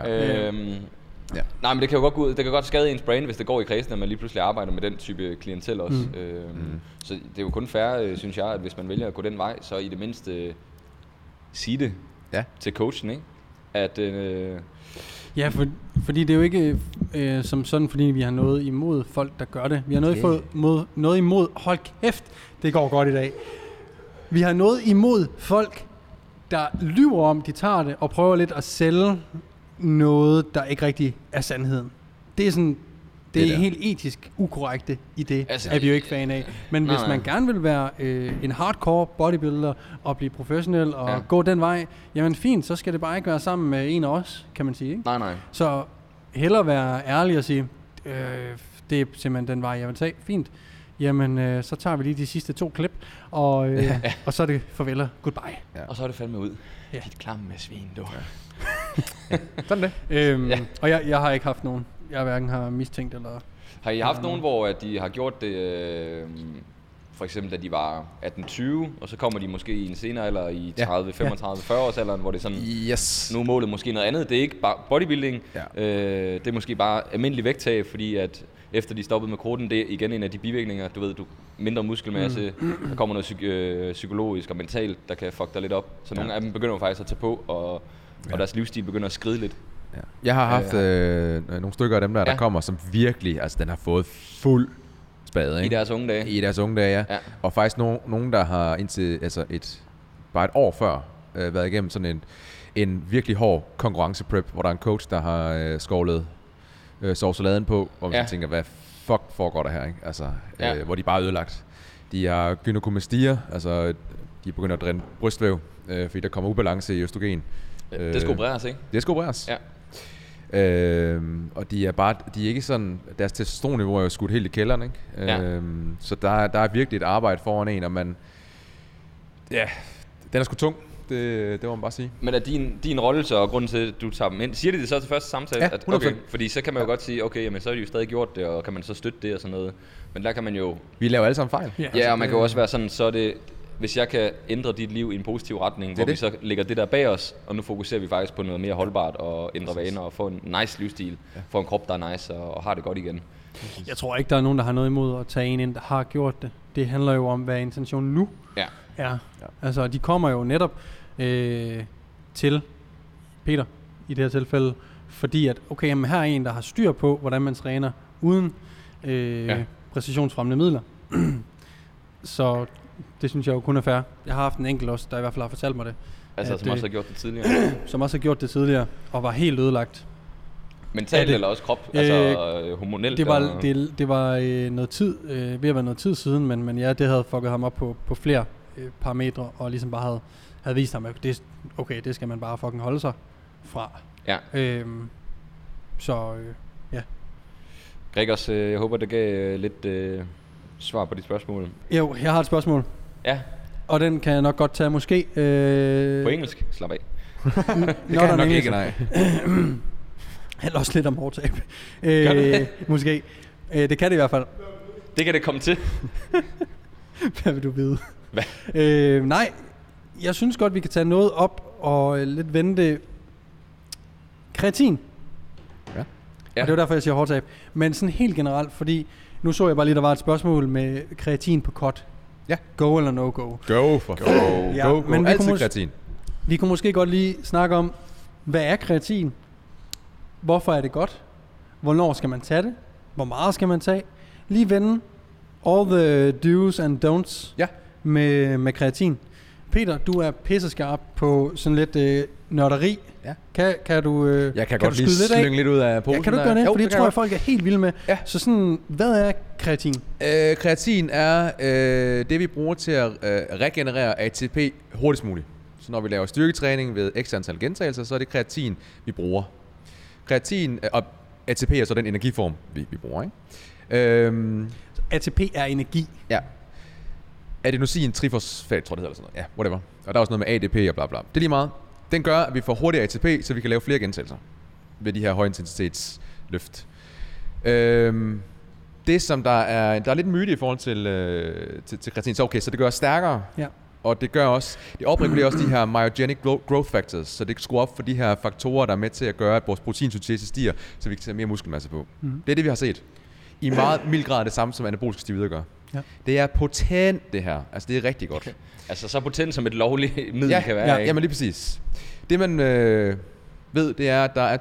Ja. Øhm, Ja. ja. Nej, men det kan jo godt gå ud, det kan godt skade ens brain, hvis det går i kredsen, at man lige pludselig arbejder med den type klientel også. Mm. Øhm, mm. Så det er jo kun fair, øh, synes jeg, at hvis man vælger at gå den vej, så i det mindste øh, sige det Ja. til coachen, ikke? At, øh, Ja, for, fordi det er jo ikke øh, som sådan, fordi vi har noget imod folk, der gør det. Vi har noget, Yeah. yeah. imod, noget imod... Hold kæft, det går godt i dag. Vi har noget imod folk, der lyver om, de tager det, og prøver lidt at sælge noget, der ikke rigtig er sandheden. Det er sådan... Det, Det det er der. helt etisk ukorrekte i det, Altså, altså, er vi jo ikke fan af. Men nej, hvis man nej. gerne vil være øh, en hardcore bodybuilder og blive professionel og Ja. ja. gå den vej, jamen fint, så skal det bare ikke være sammen med en af os, kan man sige. Ikke? nej nej, Så hellere være ærlig og sige, øh, det er simpelthen den vej, jeg vil tage. Fint. Jamen, øh, så tager vi lige de sidste to klip, og, øh, (laughs) og så er det farvel og goodbye. og så er det fandme ud. Ja. Ja. Dit klamme svin, du. Ja. (laughs) Sådan det. Øhm, Ja. ja. Og jeg, jeg har ikke haft nogen. Jeg hverken har mistænkt eller... Har I Øhm. haft nogen, hvor at de har gjort det, øh, for eksempel da de var 18-20, og så kommer de måske i en senere eller i Ja. 30, 35, 40 års alderen, hvor det er sådan, Yes. nu er målet måske noget andet. Det er ikke bare bodybuilding, Ja. øh, det er måske bare almindelig vægttab, fordi at efter de stoppede med krudten, det er igen en af de bivirkninger, du ved, du mindre muskelmasse, mm. der kommer noget psyk- øh, psykologisk og mentalt, der kan fuck dig lidt op. Så ja. nogle af dem begynder jo faktisk at tage på, og, og deres livsstil begynder at skride lidt. Ja. Jeg har haft øh, nogle stykker af dem der, der Ja. kommer, som virkelig, altså den har fået fuld spade, ikke? I deres unge dage. I deres unge dage, ja. Ja. ja. Og faktisk no, nogen, der har indtil altså et, bare et år før øh, været igennem sådan en, en virkelig hård konkurrenceprep, hvor der er en coach, der har øh, skovlet øh, sovsaladen på, og ja. Ja. man tænker, hvad fuck foregår der her, ikke? Altså, øh, Ja. ja. hvor de bare er ødelagt. De har gynekomastier, altså de begynder at dræne brystvæv, øh, fordi der kommer ubalance i østrogen. Øh, det skal opereres, ikke? Det skal opereres. Ja. Øhm, og de er bare, de er ikke sådan, deres testosteronniveau er jo skudt helt i kælderen, ikke? Ja. Øhm, så der, er- der er virkelig et arbejde foran en, og man, ja, den er sgu tung, det, det må man bare sige. Men er din, din rolle så og grunden til, at du tager dem ind? Siger de det så til første samtale? Ja, at, 100%. okay, fordi så kan man jo godt sige, okay, jamen, så har de jo stadig gjort det, og kan man så støtte det og sådan noget. Men der kan man jo... Vi laver alle sammen fejl. Ja, og man kan jo også være sådan, så er det... Hvis jeg kan ændre dit liv i en positiv retning, hvor det. vi så lægger det der bag os, og nu fokuserer vi faktisk på noget mere holdbart og ændre vaner og få en nice livsstil, få en krop, der er nice og, og har det godt igen. Jeg tror ikke, der er nogen, der har noget imod at tage en ind, der har gjort det. Det handler jo om, hvad intentionen nu Ja, Ja. ja. Altså, de kommer jo netop øh, til Peter i det her tilfælde, fordi at, okay, jamen, her er en, der har styr på, hvordan man træner uden øh, Ja. ja. præcisionsfremmende midler. (clears throat) Så det synes jeg jo kun er fair. Jeg har haft en enkelt også, der i hvert fald har fortalt mig det, altså Ja, som det- også har gjort det (coughs) tidligere. som også har gjort det tidligere og var helt ødelagt. Mentalt Ja, det- eller også krop, altså øh, hormonelt. Det var, og- det, det var øh, noget tid, øh, ved at være noget tid siden, men, men ja, det havde fucket ham op på, på flere øh, parametre, og ligesom bare havde, havde vist ham, at det, okay, det skal man bare fucking holde sig fra. Ja. Øhm, så øh, ja. Gregers, øh, jeg håber, det gav øh, lidt øh, svar på de spørgsmål. Jo, jeg har et spørgsmål, Ja, og den kan jeg nok godt tage måske. Øh, (laughs) På engelsk? (laughs) Slap af. Det han nok ikke, nej. Eller også lidt om hårdtab. Øh, måske. Øh, det kan det i hvert fald. Det kan det komme til. (laughs) Hvad vil du vide? Hvad? Øh, nej, jeg synes godt, vi kan tage noget op og øh, lidt vende det. Kreatin. Ja. Ja. Ja. Og det er jo derfor, jeg siger hårdtab. Men sådan helt generelt, fordi nu så jeg bare lige, der var et spørgsmål med kreatin på kot. Ja. Go eller no go. Go for go. Ja, Go, go. men vi kunne Altid mås- kreatin. Vi kunne måske godt lige snakke om, hvad er kreatin? Hvorfor er det godt? Hvornår skal man tage det? Hvor meget skal man tage? Lige vende all the do's and don'ts Ja. med, med kreatin. Peter, du er pisseskarp på sådan lidt øh, nørderi. Ja. Kan, kan du, øh, Jeg kan kan, du godt lige skyde lidt af? slynge lidt ud af posen. ja, kan du der. gøre det? Jo, Fordi det kan tror jeg, godt. folk er helt vilde med. Ja. Så sådan, hvad er kreatin? Øh, kreatin er øh, det, vi bruger til at øh, regenerere ATP hurtigst muligt. Så når vi laver styrketræning ved x antal gentagelser, så er det kreatin, vi bruger. Kreatin øh, og ATP er så den energiform, vi, vi bruger. Ikke? Øhm, ATP er energi. ja. Adenosin trifosfat, tror jeg det hedder, eller sådan noget. Ja, whatever. Og der er også noget med ADP og bla bla. Det er lige meget. Den gør, at vi får hurtigere ATP, så vi kan lave flere gentagelser ved de her højintensitetsløft. Øhm, det, som der er, der er lidt myte i forhold til, øh, til, til kreatin, så okay, så det gør os stærkere, Ja. og det gør også, det opregulerer også de her myogenic gro- growth factors, så det skruer op for de her faktorer, der er med til at gøre, at vores proteinsyntese stiger, så vi kan tage mere muskelmasse på. Mm. Det er det, vi har set. I meget mild grad det samme, som anaboliske steroider gør. Ja. Det er potent, det her. Altså, det er rigtig godt. Altså så potent som et lovligt middel Ja, kan være. ja, ikke? Jamen lige præcis. Det man øh, ved, det er, at der er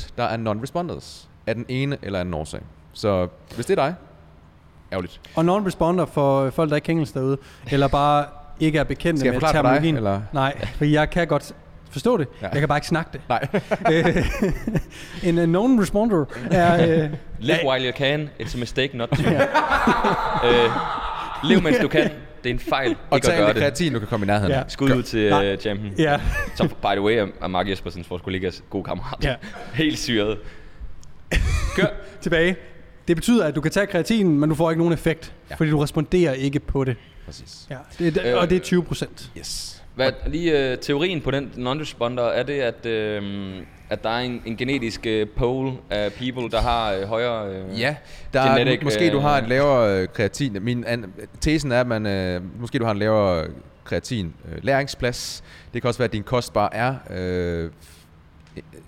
20%, der er non-responders af den ene eller anden årsag. Så hvis det er dig, ærgerligt. Og non-responder for øh, folk, der ikke kan engelsk derude, eller bare ikke er bekendte Skal jeg med forklare det for dig, terminologien. eller? Nej, for jeg kan godt forstå det. Ja. Ja. Jeg kan bare ikke snakke det. Nej. (laughs) Øh, en øh, non-responder er... Øh, Live while you can. It's a mistake not to. (laughs) øh, lev mens du kan. Det er en fejl Og ikke at tag gøre en det. kreatin, du kan komme i nærheden. Ja. Ja. Skud ud til Nej. uh, Jampen. ja, Som by the way er- er Mark Jespersens, vores kollegas gode kammerat. Ja. Helt syret. tilbage. Det betyder, at du kan tage kreatinen, men du får ikke nogen effekt, ja. Ja. fordi du responderer ikke på det. Præcis. Ja. det er- Øh. og det er 20 procent. Yes. Hvad, lige øh, teorien på den non-responder, er det, at, øh, at der er en, en genetisk øh, pole af people, der har øh, højere... Øh, Ja, der er, Genetic, Genetic, måske du har øh, et lavere øh, kreatin. Min an, tesen er, at man, øh, måske du har en lavere kreatin øh, læringsplads. Det kan også være, at din kost bare er øh,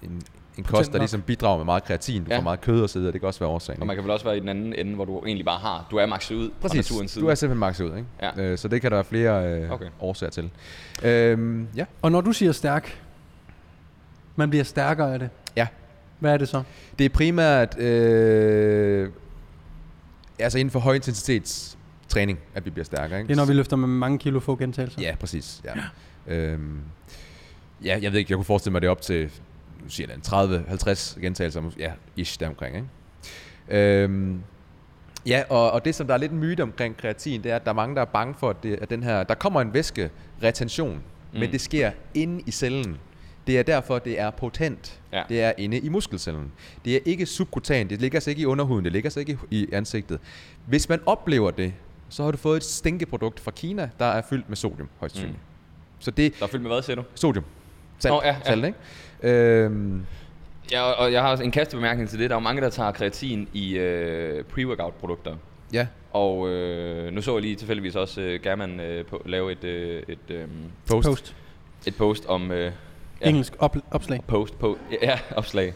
en, en kost, der nok. ligesom bidrager med meget kreatin. Du ja. Ja. får meget kød og så videre. Det kan også være årsagen. Og man kan vel også være i den anden ende, hvor du egentlig bare har... Du er maxet ud fra Præcis. naturens side. Du er simpelthen makset ud, ikke? Ja. Øh, så det kan der være flere øh, Okay. okay. årsager til. Øhm, ja. Og når du siger stærk, man bliver stærkere af det. ja, Hvad er det så? Det er primært øh, altså inden for højintensitets træning, at vi bliver stærkere. Ikke? Det er, når vi løfter med mange kilo få gentagelser. Ja, præcis. Ja. Øhm, ja, jeg ved ikke, jeg kunne forestille mig det er op til, nu siger jeg 30-50 gentagelser, mås- ja, ish deromkring, ikke? Øhm, ja, og, og det som der er lidt en myte omkring kreatin, det er, at der er mange, der er bange for, at, det, at den her, der kommer en væskeretention, mm. men det sker inde i cellen. Det er derfor, det er potent. Ja. Det er inde i muskelcellen. Det er ikke subkutan, det ligger sig ikke i underhuden, det ligger sig ikke i, i ansigtet. Hvis man oplever det, så har du fået et stinkeprodukt fra Kina, der er fyldt med sodium, højst sandsynligt. Mm. Så det Der er fyldt med hvad, siger du? sodium. Salt, Nå, ja, ja. salt ikke? Øhm, Ja, og- og jeg har også en kastebemærkning til det. Der er jo mange, der tager kreatin i øh, pre-workout-produkter. ja, Og øh, nu så jeg lige tilfældigvis også øh, German øh, på, lave et, øh, et, øh, post. post. Post. et post om... Øh, Ja. Engelsk op, opslag. Post, post ja, opslag.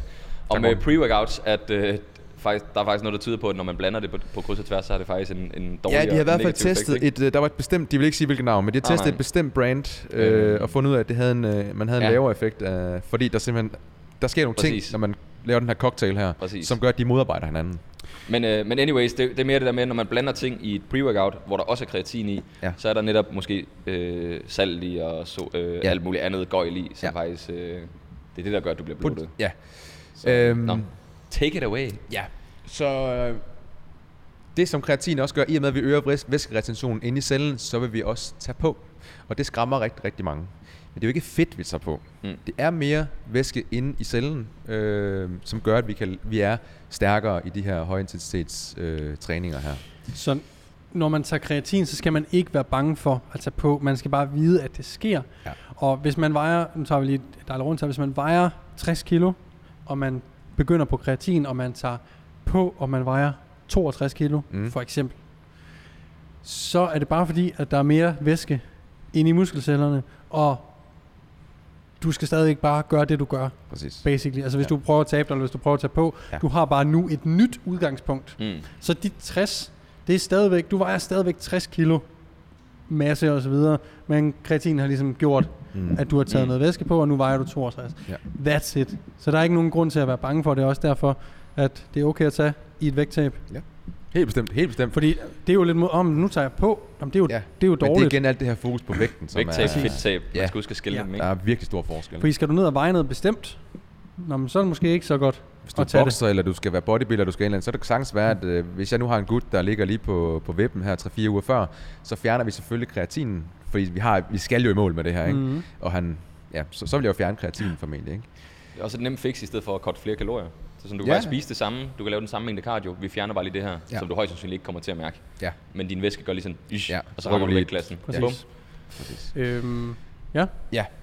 Om øh, Morten. pre-workouts, at øh, faktisk, der er faktisk noget, der tyder på, at når man blander det på, på kryds og tværs, så har det faktisk en, en dårligere Ja, de har i hvert fald negativ effekt, testet ikke? et, øh, der var et bestemt, de vil ikke sige hvilket navn, men de har Nej, testet nej. et bestemt brand øh, Øh. og fundet ud af, at det havde en, øh, man havde en Ja. lavere effekt, øh, fordi der simpelthen, der sker nogle Præcis. ting, når man laver den her cocktail her, Præcis. som gør, at de modarbejder hinanden. Men, øh, men anyways, det, det er mere det der med, når man blander ting i et pre-workout, hvor der også er kreatin i, Ja. så er der netop måske øh, salt i og så, øh, ja. Ja. alt muligt andet gøjl i, som ja. Ja. faktisk, øh, det er det, der gør, at du bliver blodet. Ja. Så, Øhm. nå. Take it away. Ja. Så øh, det som kreatin også gør, i og med at vi øger væs- væskeretentionen inde i cellen, så vil vi også tage på. Og det skræmmer rigtig, rigtig mange. Men det er jo ikke fedt, vi tager på. Mm. Mm. Det er mere væske inde i cellen, øh, som gør, at vi, kan, vi er stærkere i de her højintensitets øh, træninger her. Så når man tager kreatin, så skal man ikke være bange for at tage på. Man skal bare vide, at det sker. Ja. Og hvis man vejer, nu tager vi lige et dejligt rundt her, hvis man vejer 60 kilo, og man begynder på kreatin, og man tager på, og man vejer 62 kilo, mm. Mm. for eksempel, så er det bare fordi, at der er mere væske inde i muskelcellerne, og du skal stadig ikke bare gøre det, du gør, Præcis. basically. Altså hvis ja. Ja. du prøver at tabe dig, eller hvis du prøver at tage på, ja. Ja. du har bare nu et nyt udgangspunkt. Mm. Så dit 60, det er stadigvæk, du vejer stadigvæk 60 kilo masse og så videre, men kreatin har ligesom gjort, Mm. at du har taget Mm. noget væske på, og nu vejer du 62. Ja. That's it. Så der er ikke nogen grund til at være bange for det, er også derfor, at det er okay at tage i et vægttab. Helt bestemt, helt bestemt. Fordi det er jo lidt mod, om nu tager jeg på, Jamen, det, er jo, ja. Ja, det er jo Men det er dårligt. igen alt det her fokus på vægten, som Vægttab, er, fedttab. Man Ja. skal huske at skille Ja. dem, der ikke? er virkelig stor forskel. Fordi skal du ned og veje noget bestemt, Nå, men så er det måske ikke så godt Hvis at du tage er det. bokser, eller du skal være bodybuilder, du skal en eller anden, så er det sagtens være, at øh, hvis jeg nu har en gut, der ligger lige på, på vippen her 3-4 uger før, så fjerner vi selvfølgelig kreatinen, fordi vi, har, vi skal jo i mål med det her, ikke? Mhm. Mm. Og han, ja, så, så vil jeg jo fjerne kreatinen formentlig, ikke? Det er også et nemt fix i stedet for at korte flere kalorier. Så sådan, du kan Ja. bare spise det samme, du kan lave den samme mængde cardio, vi fjerner bare lige det her, ja. Ja. som du højst sandsynligt ikke kommer til at mærke. Ja, Men din væske gør lige sådan, ish, Ja, ja. og så så rammer rykker du lige- vægtklassen. Præcis. Bum. præcis. Øhm, ja,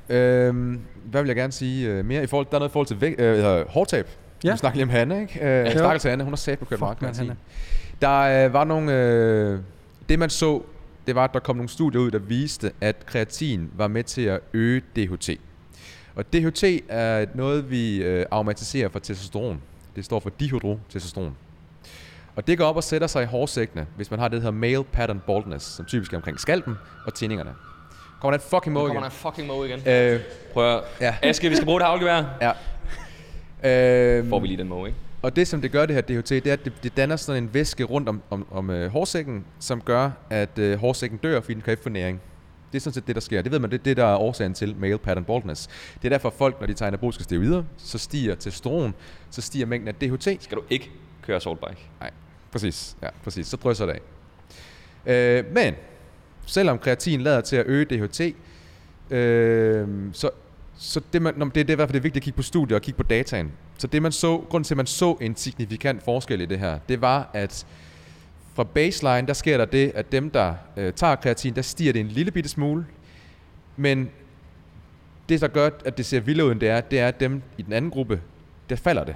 Ja, øhm, hvad vil jeg gerne sige øh, mere? I forhold, der er noget i forhold til væg, øh, hvad hedder, det, hårdtab. Ja. Ja. Vi snakker lige om Hanne, ikke? Øh, Stakkels Hanne, hun har sat på kørt Fuck, meget mand, kreatin. Der øh, var nogle... Øh, det man så, det var, at der kom nogle studier ud, der viste, at kreatin var med til at øge DHT. Og DHT er noget, vi øh, automatiserer for testosteron. Det står for dihydrotestosteron. Og det går op og sætter sig i hårsækkene, hvis man har det, der hedder male pattern baldness, som typisk er omkring skalpen og tændingerne. Kommer der en fucking Nu måde kommer igen? der en fucking måde igen. Øh, Prøv at... Ja. Aske, vi skal bruge det havlgevær. ja. Øhm, Får vi lige den måde, ikke? Og det, som det gør det her DHT, det er, at det, det danner sådan en væske rundt om, om, om øh, hårsækken, som gør, at øh, hårsækken dør, fordi den kan ikke få næring. Det er sådan set det, der sker. Det ved man, det er det, der er årsagen til male pattern baldness. Det er derfor, at folk, når de tager anaboliske steroider, så stiger testosteron, så stiger mængden af DHT. Skal du ikke køre saltbike? Nej, præcis. Ja, præcis. Så drysser det af. Øh, men, selvom kreatin lader til at øge DHT, øh, så, så det, man, nå, men det, det er i hvert fald det er vigtigt at kigge på studier og kigge på dataen. Så det man så, grunden til, at man så en signifikant forskel i det her, det var, at fra baseline, der sker der det, at dem, der øh, tager kreatin, der stiger det en lille bitte smule, men det, der gør, at det ser vildere ud, end det er, det er, at dem i den anden gruppe, der falder det.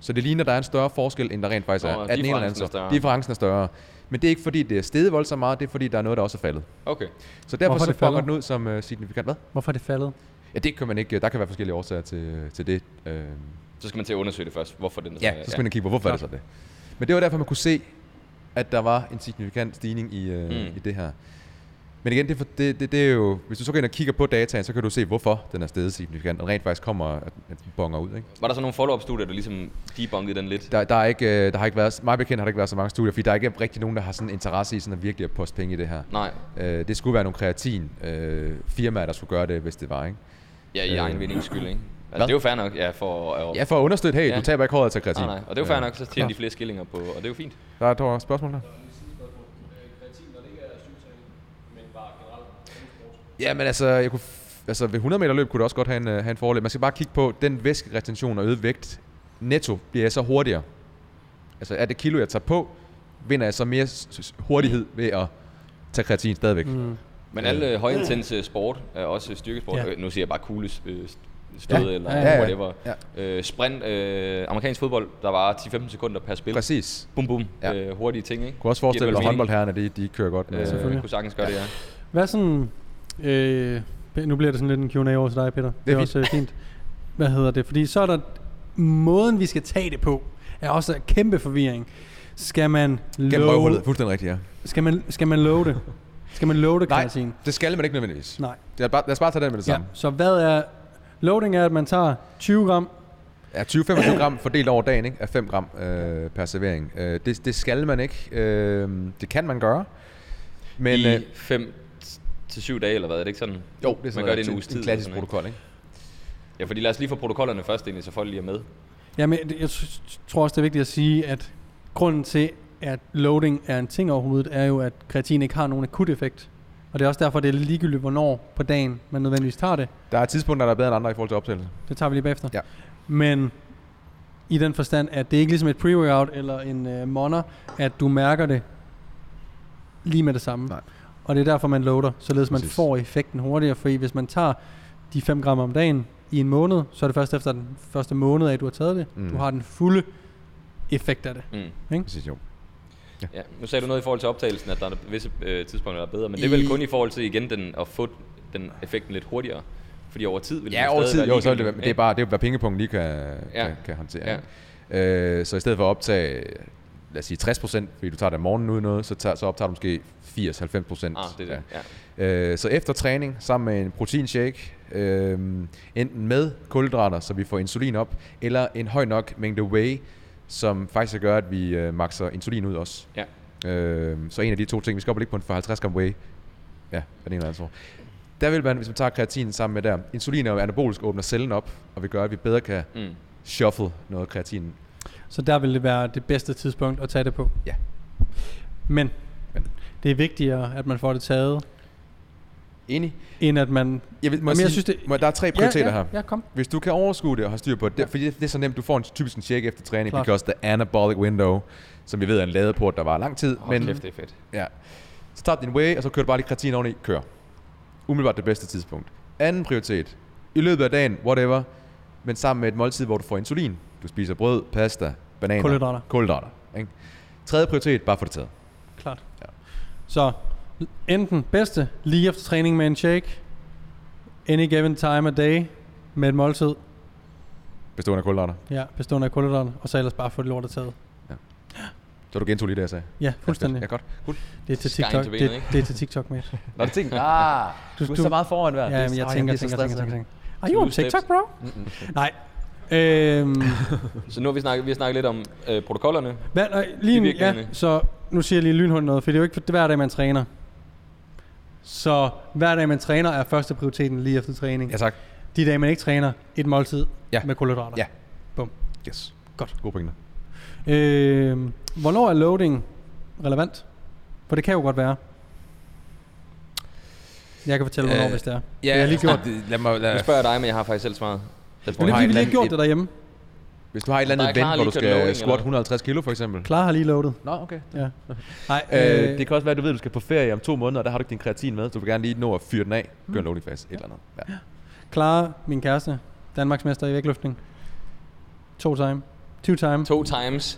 Så det ligner, at der er en større forskel, end der rent faktisk Nå, er. og Af den ene eller differencen er anden større. sort. Differencen er større. Men det er ikke, fordi det er steget voldsomt meget, det er, fordi der er noget, der også er faldet. Okay. Så derfor Hvorfor så det falder? fucker den ud som øh, signifikant. Hvad? hvorfor er det faldet? Ja, det kan man ikke. øh, Der kan være forskellige årsager til, til det. Øh, Så skal man til at undersøge det først, hvorfor den er ja, så skal man ind og kigge på, hvorfor er det så det. Men det var derfor, man kunne se, at der var en signifikant stigning i, øh, Mm. mm. i det her. Men igen, det, er for, det, det, det er jo, hvis du så går ind og kigger på dataen, så kan du se, hvorfor den er steget signifikant, og rent faktisk kommer, at, at den bonger ud. Ikke? Var der så nogle follow-up-studier, der ligesom debunkede den lidt? Der, der, er ikke, øh, der har ikke været, meget bekendt har der ikke været så mange studier, fordi der er ikke rigtig nogen, der har sådan interesse i sådan at virkelig at poste penge i det her. Nej, Øh, det skulle være nogle kreatin øh, firmaer, der skulle gøre det, hvis det var, ikke? ja, i Øh. egen vindings skyld, ikke? Altså, Hvad? det er jo fair nok, ja, for at... Ja, for at understøtte, hey, Ja. ja. du taber ikke håret til kreatin. nej, nej, og det er jo fair Ja. nok, så tjener de flere skillinger på, og det er jo fint. Der er der var spørgsmål der. Ja, men altså, jeg kunne f- altså ved 100 meter løb kunne det også godt have en, øh, have en fordel. Man skal bare kigge på, den væskeretention og øget vægt netto bliver jeg så hurtigere. Altså er det kilo, jeg tager på, vinder jeg så mere s- s- hurtighed ved at tage kreatin stadigvæk. Mm. Men alle øh, højintense sport, er også styrkesport, Ja. ja. nu siger jeg bare kugle øh, stød Ja. eller Ja, ja, ja. whatever. Øh, sprint, øh, amerikansk fodbold, der var 10-15 sekunder per spil. Præcis. Bum bum, Ja. øh, hurtige ting, ikke? Jeg kunne også forestille mig, at håndboldherrerne, de, de kører godt. Med, Øh, Selvfølgelig. kunne sagtens gøre det, ja. Hvad sådan... Øh, nu bliver det sådan lidt en Q&A over til dig, Peter. Det er, det fint. er også øh, fint. Hvad hedder det? Fordi så er der... Måden, vi skal tage det på, er også en kæmpe forvirring. Skal man gennem love, røvhullet. Fuldstændig rigtigt, ja. skal man, skal man love det? Skal man love det, Nej, kreatin? det skal man ikke nødvendigvis. Nej. Lad os bare, lad os bare tage den med det Ja. samme. Så hvad er... Loading er, at man tager 20 gram. Ja, 20-25 gram fordelt over dagen, ikke? Er 5 gram øh, per servering. Øh, det, det skal man ikke. Øh, det kan man gøre. Men, øh, I 5 til 7 dage, eller hvad, er det ikke sådan? Man gør noget, det en uges tid. en eller klassisk sådan, ikke? protokol, ikke? Ja, fordi lad os lige få protokollerne først egentlig, så folk lige er med. Jamen, det- jeg s- s- tror også, det er vigtigt at sige, at grunden til, at loading er en ting overhovedet, er jo, at kreatin ikke har nogen akut effekt. Og det er også derfor, det er ligegyldigt, hvornår på dagen man nødvendigvis tager det. Der er tidspunkter, der er bedre end andre i forhold til optagelse. Det tager vi lige bagefter. Ja. Men i den forstand, at det er ikke ligesom et pre-workout eller en øh, monner, at du mærker det lige med det samme. Nej. Og det er derfor, man loader, således man Præcis. får effekten hurtigere. Fordi hvis man tager de 5 gram om dagen i en måned, så er det først efter den første måned af, at du har taget det. Mm. Mm. Du har den fulde effekt af det. Mm. Præcis, jo. Ja, nu sagde du noget i forhold til optagelsen, at der er visse øh, tidspunkter, der er bedre, men det er vel I- kun i forhold til igen den, at få den effekten lidt hurtigere. Fordi over tid vil Ja, den over stadig tid, være jo, så vil ligegyldig, det, være- men det er ikke? bare, det er jo, hvad pengepunkten lige kan, ja. Ja. kan, kan håndtere. Ja. Øh, så i stedet for at optage, lad os sige 60%, fordi du tager det om morgenen ud noget, så, tager, så optager du måske 80-90%. Ah, det er det. Ja. Øh, så efter træning, sammen med en proteinshake, øh, enten med kulhydrater, så vi får insulin op, eller en høj nok mængde whey, som faktisk gør, at vi øh, makser insulin ud også. ja. Øh, så en af de to ting, vi skal op og ligge på en 50 gram whey. Ja, den ene eller anden form. Der vil man, hvis man tager kreatinen sammen med der, insulin er jo anabolisk, åbner cellen op, og vil gøre, at vi bedre kan Mm. shuffle noget kreatin. Så der vil det være det bedste tidspunkt at tage det på. Ja. Men, Men. Men. det er vigtigere, at man får det taget, Enig? end at man... Jeg, vil, må Jamen, jeg, jeg sige, synes, det- må, jeg- der er tre prioriteter ja, ja, her. Ja, kom. Hvis du kan overskue det og har styr på det, ja. fordi det, det er så nemt, du får en typisk en check efter træning, Klart. Klart. because the anabolic window, som vi ved er en ladeport, der var lang tid, Men, kæft, det er fedt. Ja. Så tager du din whey, og så kører du bare lige kreatin oveni. Kør. Umiddelbart det bedste tidspunkt. Anden prioritet. I løbet af dagen, whatever. Men sammen med et måltid, hvor du får insulin. Du spiser brød, pasta, bananer. Kulhydrater. Kulhydrater. Ikke? Tredje prioritet, bare få det taget. Klart. Ja. Ja. Så enten bedste lige efter træning med en shake, any given time of day med et måltid, Bestående af kulhydrater. ja, bestående af kulhydrater, og så ellers bare få det lortet taget. Så du gentog lige det, jeg sagde. Ja, Ja, fuldstændig. godt. Cool. Det er til Skar ind TikTok. til Det, benet, ikke? det er til TikTok, mate. Nå, det ting. Ah, Du- du er du- så meget foran hver. Ja, men jeg tænker, tænker, tænker, tænker, tænker. Are you Two on TikTok, steps. bro? Nej. Øhm, Så nu har vi snakket, vi har snakket lidt om øh, protokollerne. hvad, nej, lige, Det er en- ja, virkelig- så nu siger jeg lige lynhundet noget, for det er jo ikke hver dag, man træner. Så hver dag, man træner, er første prioriteten lige efter træning. Ja, tak. De dage, man ikke træner, et måltid Altså- Ja. ja. med kulhydrater. Ja. Bum. Yes. Godt. Gode pointer. Øh, hvornår er loading relevant? For det kan jo godt være. Jeg kan fortælle, hvornår, Øh, øh, hvis det er. Ja, det har jeg lige gjort. Lad mig, lad, Nu spørger jeg dig, men jeg har faktisk selv svaret. Den Men det er har fordi, en vi lige anden- har gjort et- det derhjemme. hvis du har et eller Der er andet event, klar hvor lige du kørt lovning, skal eller squat hvad? 150 kilo, for eksempel. Clara har lige loadet. Nå, okay. Ja. Nej, Øh, det kan også være, at du ved, at du skal på ferie om to måneder, og der har du ikke din kreatin med, så du vil gerne lige nå at fyre den af, køre en loadingfase, et eller andet. Ja. Clara, min kæreste, Danmarksmester i vægtløftning. To time. Two time. To times.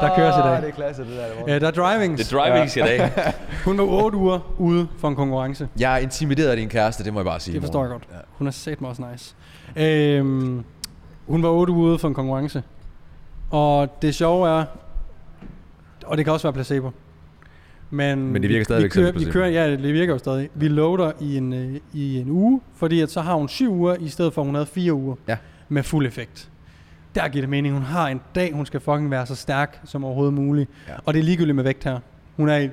Der køres i dag. er klasse, Ah, det der. Øh, der er drivings. Det er drivings i dag. Hun var 8 uger ude for en konkurrence. Jeg er intimideret af din kæreste, det må jeg bare sige. Det forstår jeg Morten. godt. Hun er sat mig også nice. Øhm, hun var 8 uger ude for en konkurrence. Og det sjove er, og det kan også være placebo, men, Men det virker vi, vi stadigvæk som kører, et vi placebo. kører, ja, det virker jo stadig. Vi loader i en, øh, i en uge, fordi at så har hun 7 uger, i stedet for at hun havde 4 uger Ja. med fuld effekt. Der giver det mening. Hun har en dag, hun skal fucking være så stærk som overhovedet muligt. Ja. Ja. Og det er ligegyldigt med vægt her. Hun er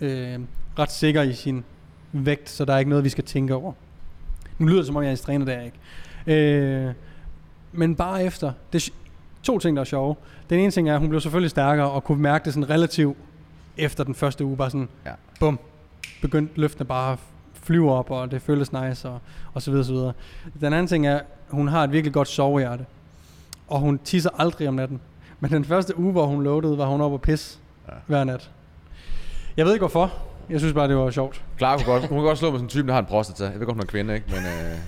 øh, ret sikker i sin vægt, så der er ikke noget, vi skal tænke over. Nu lyder det, som om jeg er en træner, der ikke. Øh, men bare efter. Det er sj- to ting, der er sjove. Den ene ting er, at hun blev selvfølgelig stærkere og kunne mærke det sådan relativt efter den første uge. Bare sådan, Ja. ja. bum, begyndte løftene bare at flyve op, og det føltes nice, og, og så videre, så videre. Den anden ting er, at hun har et virkelig godt sovehjerte, og hun tisser aldrig om natten. Men den første uge, hvor hun loadede, var hun oppe og pisse Ja. ja. hver nat. Jeg ved ikke hvorfor. Jeg synes bare, det var sjovt. Clara kunne godt, hun kan godt slå med sådan en type, der har en prostata. Jeg ved godt, hun er en kvinde, ikke? men øh,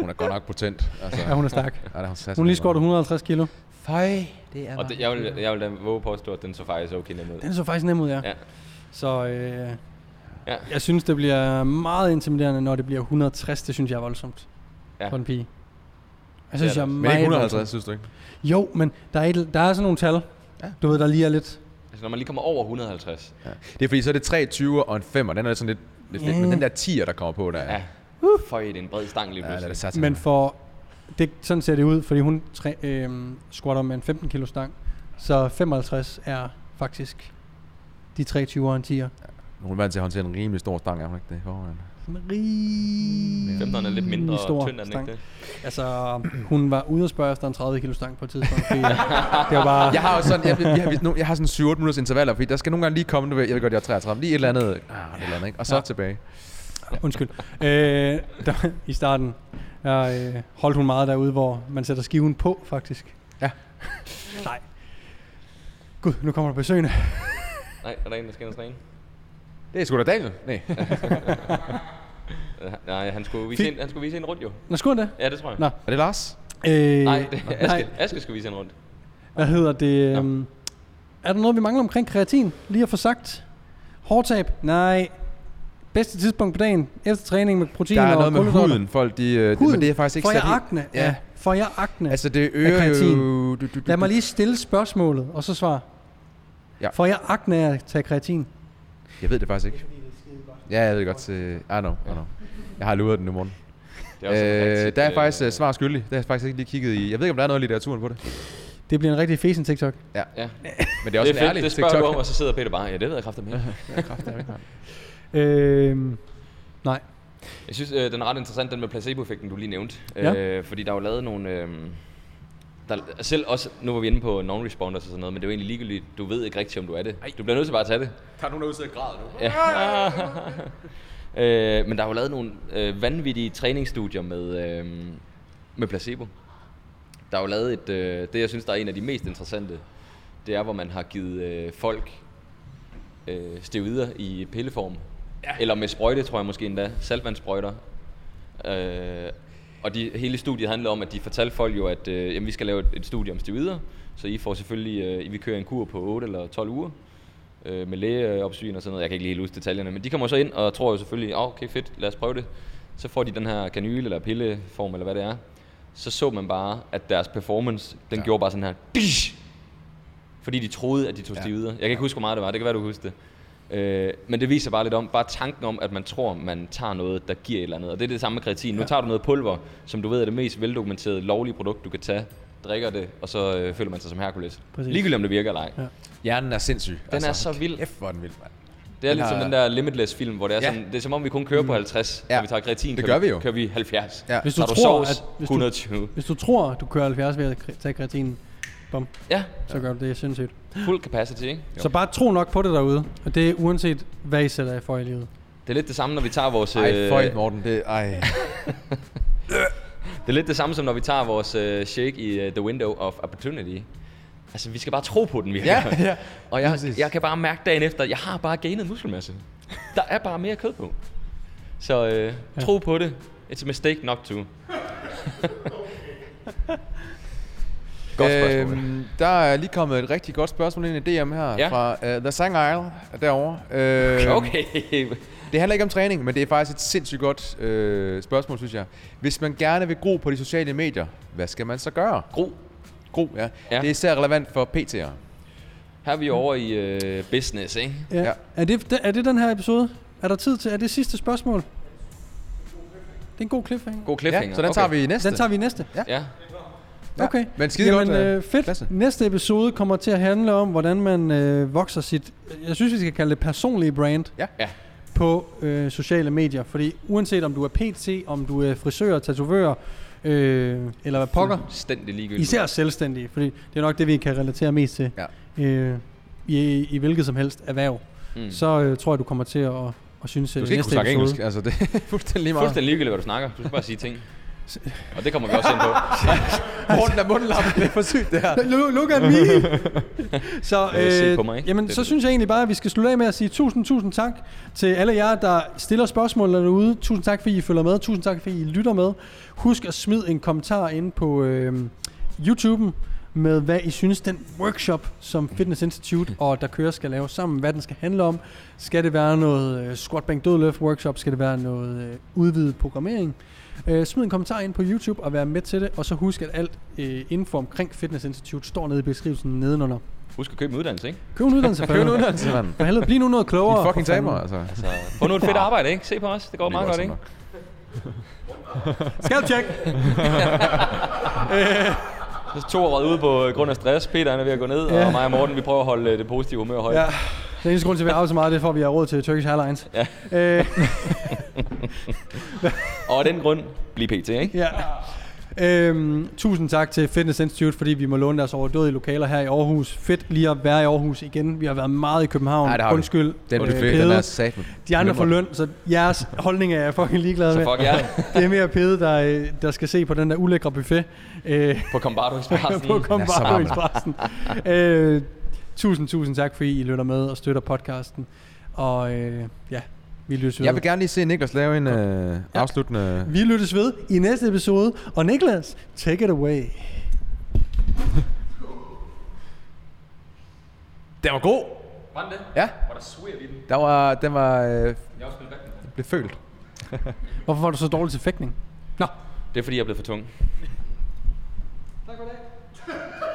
hun er godt nok potent. Altså, Ja, hun er stærk. ja, det har Hun har lige skåret 150 kilo. Fej, det er Og det, jeg, vil, jeg vil da våge påstå, at den så faktisk okay nem ud. Den så faktisk nem ud, ja. Ja. Så øh, Ja. ja. jeg synes, det bliver meget intimiderende, når det bliver 160. Det synes jeg er voldsomt Ja. ja. for en pige. Jeg Det er synes, det. jeg er Men meget ikke voldsomt. 150, synes du ikke? Jo, men der er, et, der er sådan nogle tal, Ja. ja. du ved, der lige er lidt... Altså, når man lige kommer over 150. Ja. Det er fordi, så er det 23 og en 5, den er sådan lidt, lidt yeah. Ja. men den der 10'er, der kommer på, der er, Ja. Føj, det er en bred stang lige ja, det er det pludselig. satan. Men for... Det, sådan ser det ud, fordi hun træ, øh, squatter med en 15 kilo stang. Så 55 er faktisk de 23 og en 10'er. Hun er vant til at håndtere en rimelig stor stang, er hun ikke det? i forvejen? Som er rimelig 15 er Mm, lidt mindre stor og tynd, er den stang. ikke det? Altså, hun var ude og spørge efter en 30 kilo stang på et tidspunkt. (laughs) Fordi det var bare... Jeg har jo sådan, jeg, jeg, jeg, jeg har sådan 7-8 minutters intervaller, fordi der skal nogle gange lige komme, du ved, jeg ved godt, jeg er 33, lige et eller andet, ah, et eller andet, ikke? og så ja. Ja. tilbage. Undskyld. Øh, der, I starten der, øh, holdt hun meget derude, hvor man sætter skiven på, faktisk. Ja. Nej. Gud, nu kommer der besøgende. Nej, er der en, der skal ind og træne? Det er sgu da Daniel. Nej. Øh, Nej, han skulle vise, Fint. en, han skulle vise en rundt jo. Nå, skulle hun det? Ja, det tror jeg. Nå. Er det Lars? Øh, Nej, (laughs) det, Aske, Aske skulle vise hende rundt. Hvad hedder det? Um, er der noget, vi mangler omkring kreatin? Lige at få sagt. Hårdtab? Nej. Bedste tidspunkt på dagen? Efter træning med protein Der er og noget med kulhydrater? huden, folk de... øh, Det, Huden? men det er faktisk ikke Får jeg sat helt- akne? Ja. Ja. Får jeg akne? Altså det øger kreatin. jo... Du, du, du, Lad mig lige stille spørgsmålet, og så svar. Ja. Får jeg akne af at tage kreatin? Jeg ved det faktisk ikke. Ja, jeg ved det godt. Til, I know, I know. Jeg har luret den i morgen. Det også en Øh, rigtig, der er faktisk øh, svar skyldig. Det har jeg faktisk ikke lige kigget i. Jeg ved ikke, om der er noget i litteraturen på det. Det bliver en rigtig fesen TikTok. Ja. Men det er Det også er det er en fedt, ærlig det spørger du om, TikTok. og så sidder Peter bare, ja, det ved jeg kraftigt (laughs) mere. Øhm, nej. Jeg synes, øh, den er ret interessant, den med placeboeffekten, du lige nævnte. Ja. Øh, fordi der er jo lavet nogle... Øh, der, selv også, nu var vi inde på non-responders og sådan noget, men det er jo egentlig ligegyldigt. Du ved ikke rigtigt, om du er det. Du bliver nødt til bare at tage det. Der er nogen, der udsætter grad nu. Ja. øh, men der er jo lavet nogle øh, vanvittige træningsstudier med, øh, med placebo. Der er jo lavet et, øh, det jeg synes, der er en af de mest interessante, det er, hvor man har givet øh, folk øh, steroider i pilleform. Ja. Eller med sprøjte, tror jeg måske endda. Saltvandssprøjter. Øh, og de, hele studiet handlede om, at de fortalte folk jo, at øh, jamen, vi skal lave et, et studie om steroider, så I får selvfølgelig, øh, vi kører en kur på 8 eller 12 uger øh, med lægeopsyn og sådan noget. Jeg kan ikke lige helt huske detaljerne, men de kommer så ind og tror jo selvfølgelig, oh, okay fedt, lad os prøve det. Så får de den her kanyle eller pilleform eller hvad det er. Så så man bare, at deres performance, den ja. gjorde bare sådan her. Bish! Fordi de troede, at de tog stivider. Jeg kan ikke huske, hvor meget det var. Det kan være, du husker det. Øh, men det viser bare lidt om, bare tanken om, at man tror, man tager noget, der giver et eller andet. Og det er det samme med kreatin. Nu tager du noget pulver, som du ved er det mest veldokumenterede, lovlige produkt, du kan tage, drikker det, og så øh, føler man sig som Hercules. Præcis. Ligegyldigt om det virker eller ej. Ja. Altså, Hjernen er sindssyg. Den er så vild. Kæft, hvor er den vild, mand. Det er Den lidt som har- den der Limitless-film, hvor det er, Ja. Mm. sådan, det er som om, vi kun kører på 50. Ja. Når vi tager kreatin, Det kører gør vi vi jo. Kører vi 70. Ja. Hvis du, Tager tror, du sovs, at, hvis, du, 120. hvis du tror, du kører 70 ved at kre- tage kreatin, bom, Ja, så gør du det sindssygt. fuld capacity, ikke? Så bare tro nok på det derude. Og det er uanset, hvad I sætter jer for i livet. Det er lidt det samme, når vi tager vores... Ej, øh, for Morten. Det, ej. Det er lidt det samme, som når vi tager vores øh, shake i øh, The Window of Opportunity. Altså, vi skal bare tro på den, vi ja, ja. (laughs) Og jeg, præcis. jeg kan bare mærke dagen efter, jeg har bare gainet muskelmasse. Der er bare mere kød på. Så øh, tro på det. It's a mistake not to. (laughs) Godt spørgsmål. Øhm, der er lige kommet et rigtig godt spørgsmål ind i DM her Ja. ja. fra uh, The Sang Isle derovre. Øhm, Okay. Det handler ikke om træning, men det er faktisk et sindssygt godt øh, spørgsmål, synes jeg. Hvis man gerne vil gro på de sociale medier, hvad skal man så gøre? Gro. Gro, ja. Ja. ja. Det er især relevant for PT'er. Her er vi over i øh, business, ikke? Ja. ja. Ja. Er, det, det- er det den her episode? Er der tid til? Er det sidste spørgsmål? Det er en god cliffhanger. God cliffhanger. Ja, så den tager okay. vi i næste. Den tager vi i næste. Ja. Ja. Okay. Men skide Jamen, godt, øh, øh, fedt. klasse. Næste episode kommer til at handle om, hvordan man øh, vokser sit, jeg synes, vi skal kalde det personlige brand Ja. Ja. på øh, sociale medier. Fordi uanset om du er PT, om du er frisør, tatovør, øh, eller hvad pokker, Stændig ligegyldigt. især selvstændige, fordi det er nok det, vi kan relatere mest til øh, i, i hvilket som helst erhverv. Mm. Mm. Så øh, tror jeg, du kommer til at, at synes, Du at skal ikke kunne næste snakke episode... engelsk, altså det (laughs) er fuldstændig lige meget. Fuldstændig ligegyldigt, hvad du snakker. Du skal bare sige ting. Og det kommer vi også ind på. Rundt af mundlappen, det er for sygt det her. Look, look at me! så, Ja, se på mig, øh, ikke? jamen, Det er så det. synes jeg egentlig bare, at vi skal slutte af med at sige tusind, tusind tak til alle jer, der stiller spørgsmål derude. Tusind tak, fordi I følger med. Tusind tak, fordi I lytter med. Husk at smide en kommentar ind på øh, YouTube'en med, hvad I synes, den workshop, som Fitness Institute og Der Kører skal lave sammen, hvad den skal handle om. Skal det være noget øh, squat bank dødløft workshop? Skal det være noget øh, udvidet programmering? Øh, smid en kommentar ind på YouTube og vær med til det. Og så husk, at alt øh, info omkring Fitness Institute står nede i beskrivelsen nedenunder. Husk at købe en uddannelse, ikke? Køb en (laughs) uddannelse for Køb en helvede. uddannelse, mand. For helvede, bliv nu noget klogere. I fucking for fanden. taber, altså. Det Så få nu et fedt arbejde, ikke? Se på os. Det går meget godt, sådan ikke? nok. Skal tjek. Så to er røget ude på øh, grund af stress. Peter han er ved at gå ned, Ja. og mig og Morten, vi prøver at holde øh, det positive humør højt. Ja. Den eneste grund til, at vi har så meget, det er for, at vi har råd til Turkish Airlines. Ja. Øh, (laughs) Og af den grund, bliv pt, ikke? ja. Øhm, tusind tak til Fitness Institute, fordi vi må låne deres overdådige lokaler her i Aarhus. Fedt lige at være i Aarhus igen. Vi har været meget i København. Nej, det har vi. Undskyld. Den øh, buffet, den pede. er sat med. De andre får løn, så jeres holdning er jeg fucking ligeglad Så med. fuck jer Det er mere pede, der, øh, der skal se på den der ulækre buffet øh, på Combardo Expressen. (laughs) på er så varm. Kombarøkspressen. øh, tusind, tusind tak, fordi I lytter med og støtter podcasten. Og øh, ja, Vi lyttes ved. Jeg vil gerne lige se Niklas lave en øh, afsluttende... Vi lyttes ved i næste episode. Og Niklas, take it away. Den var god! Var den det? Ja, Var der swear i den? der var, den var øh, Jeg har også spillet badminton. blev følt. Hvorfor var du så dårlig til fægtning? Nå, Det er fordi, jeg er blevet for tung. Tak for det.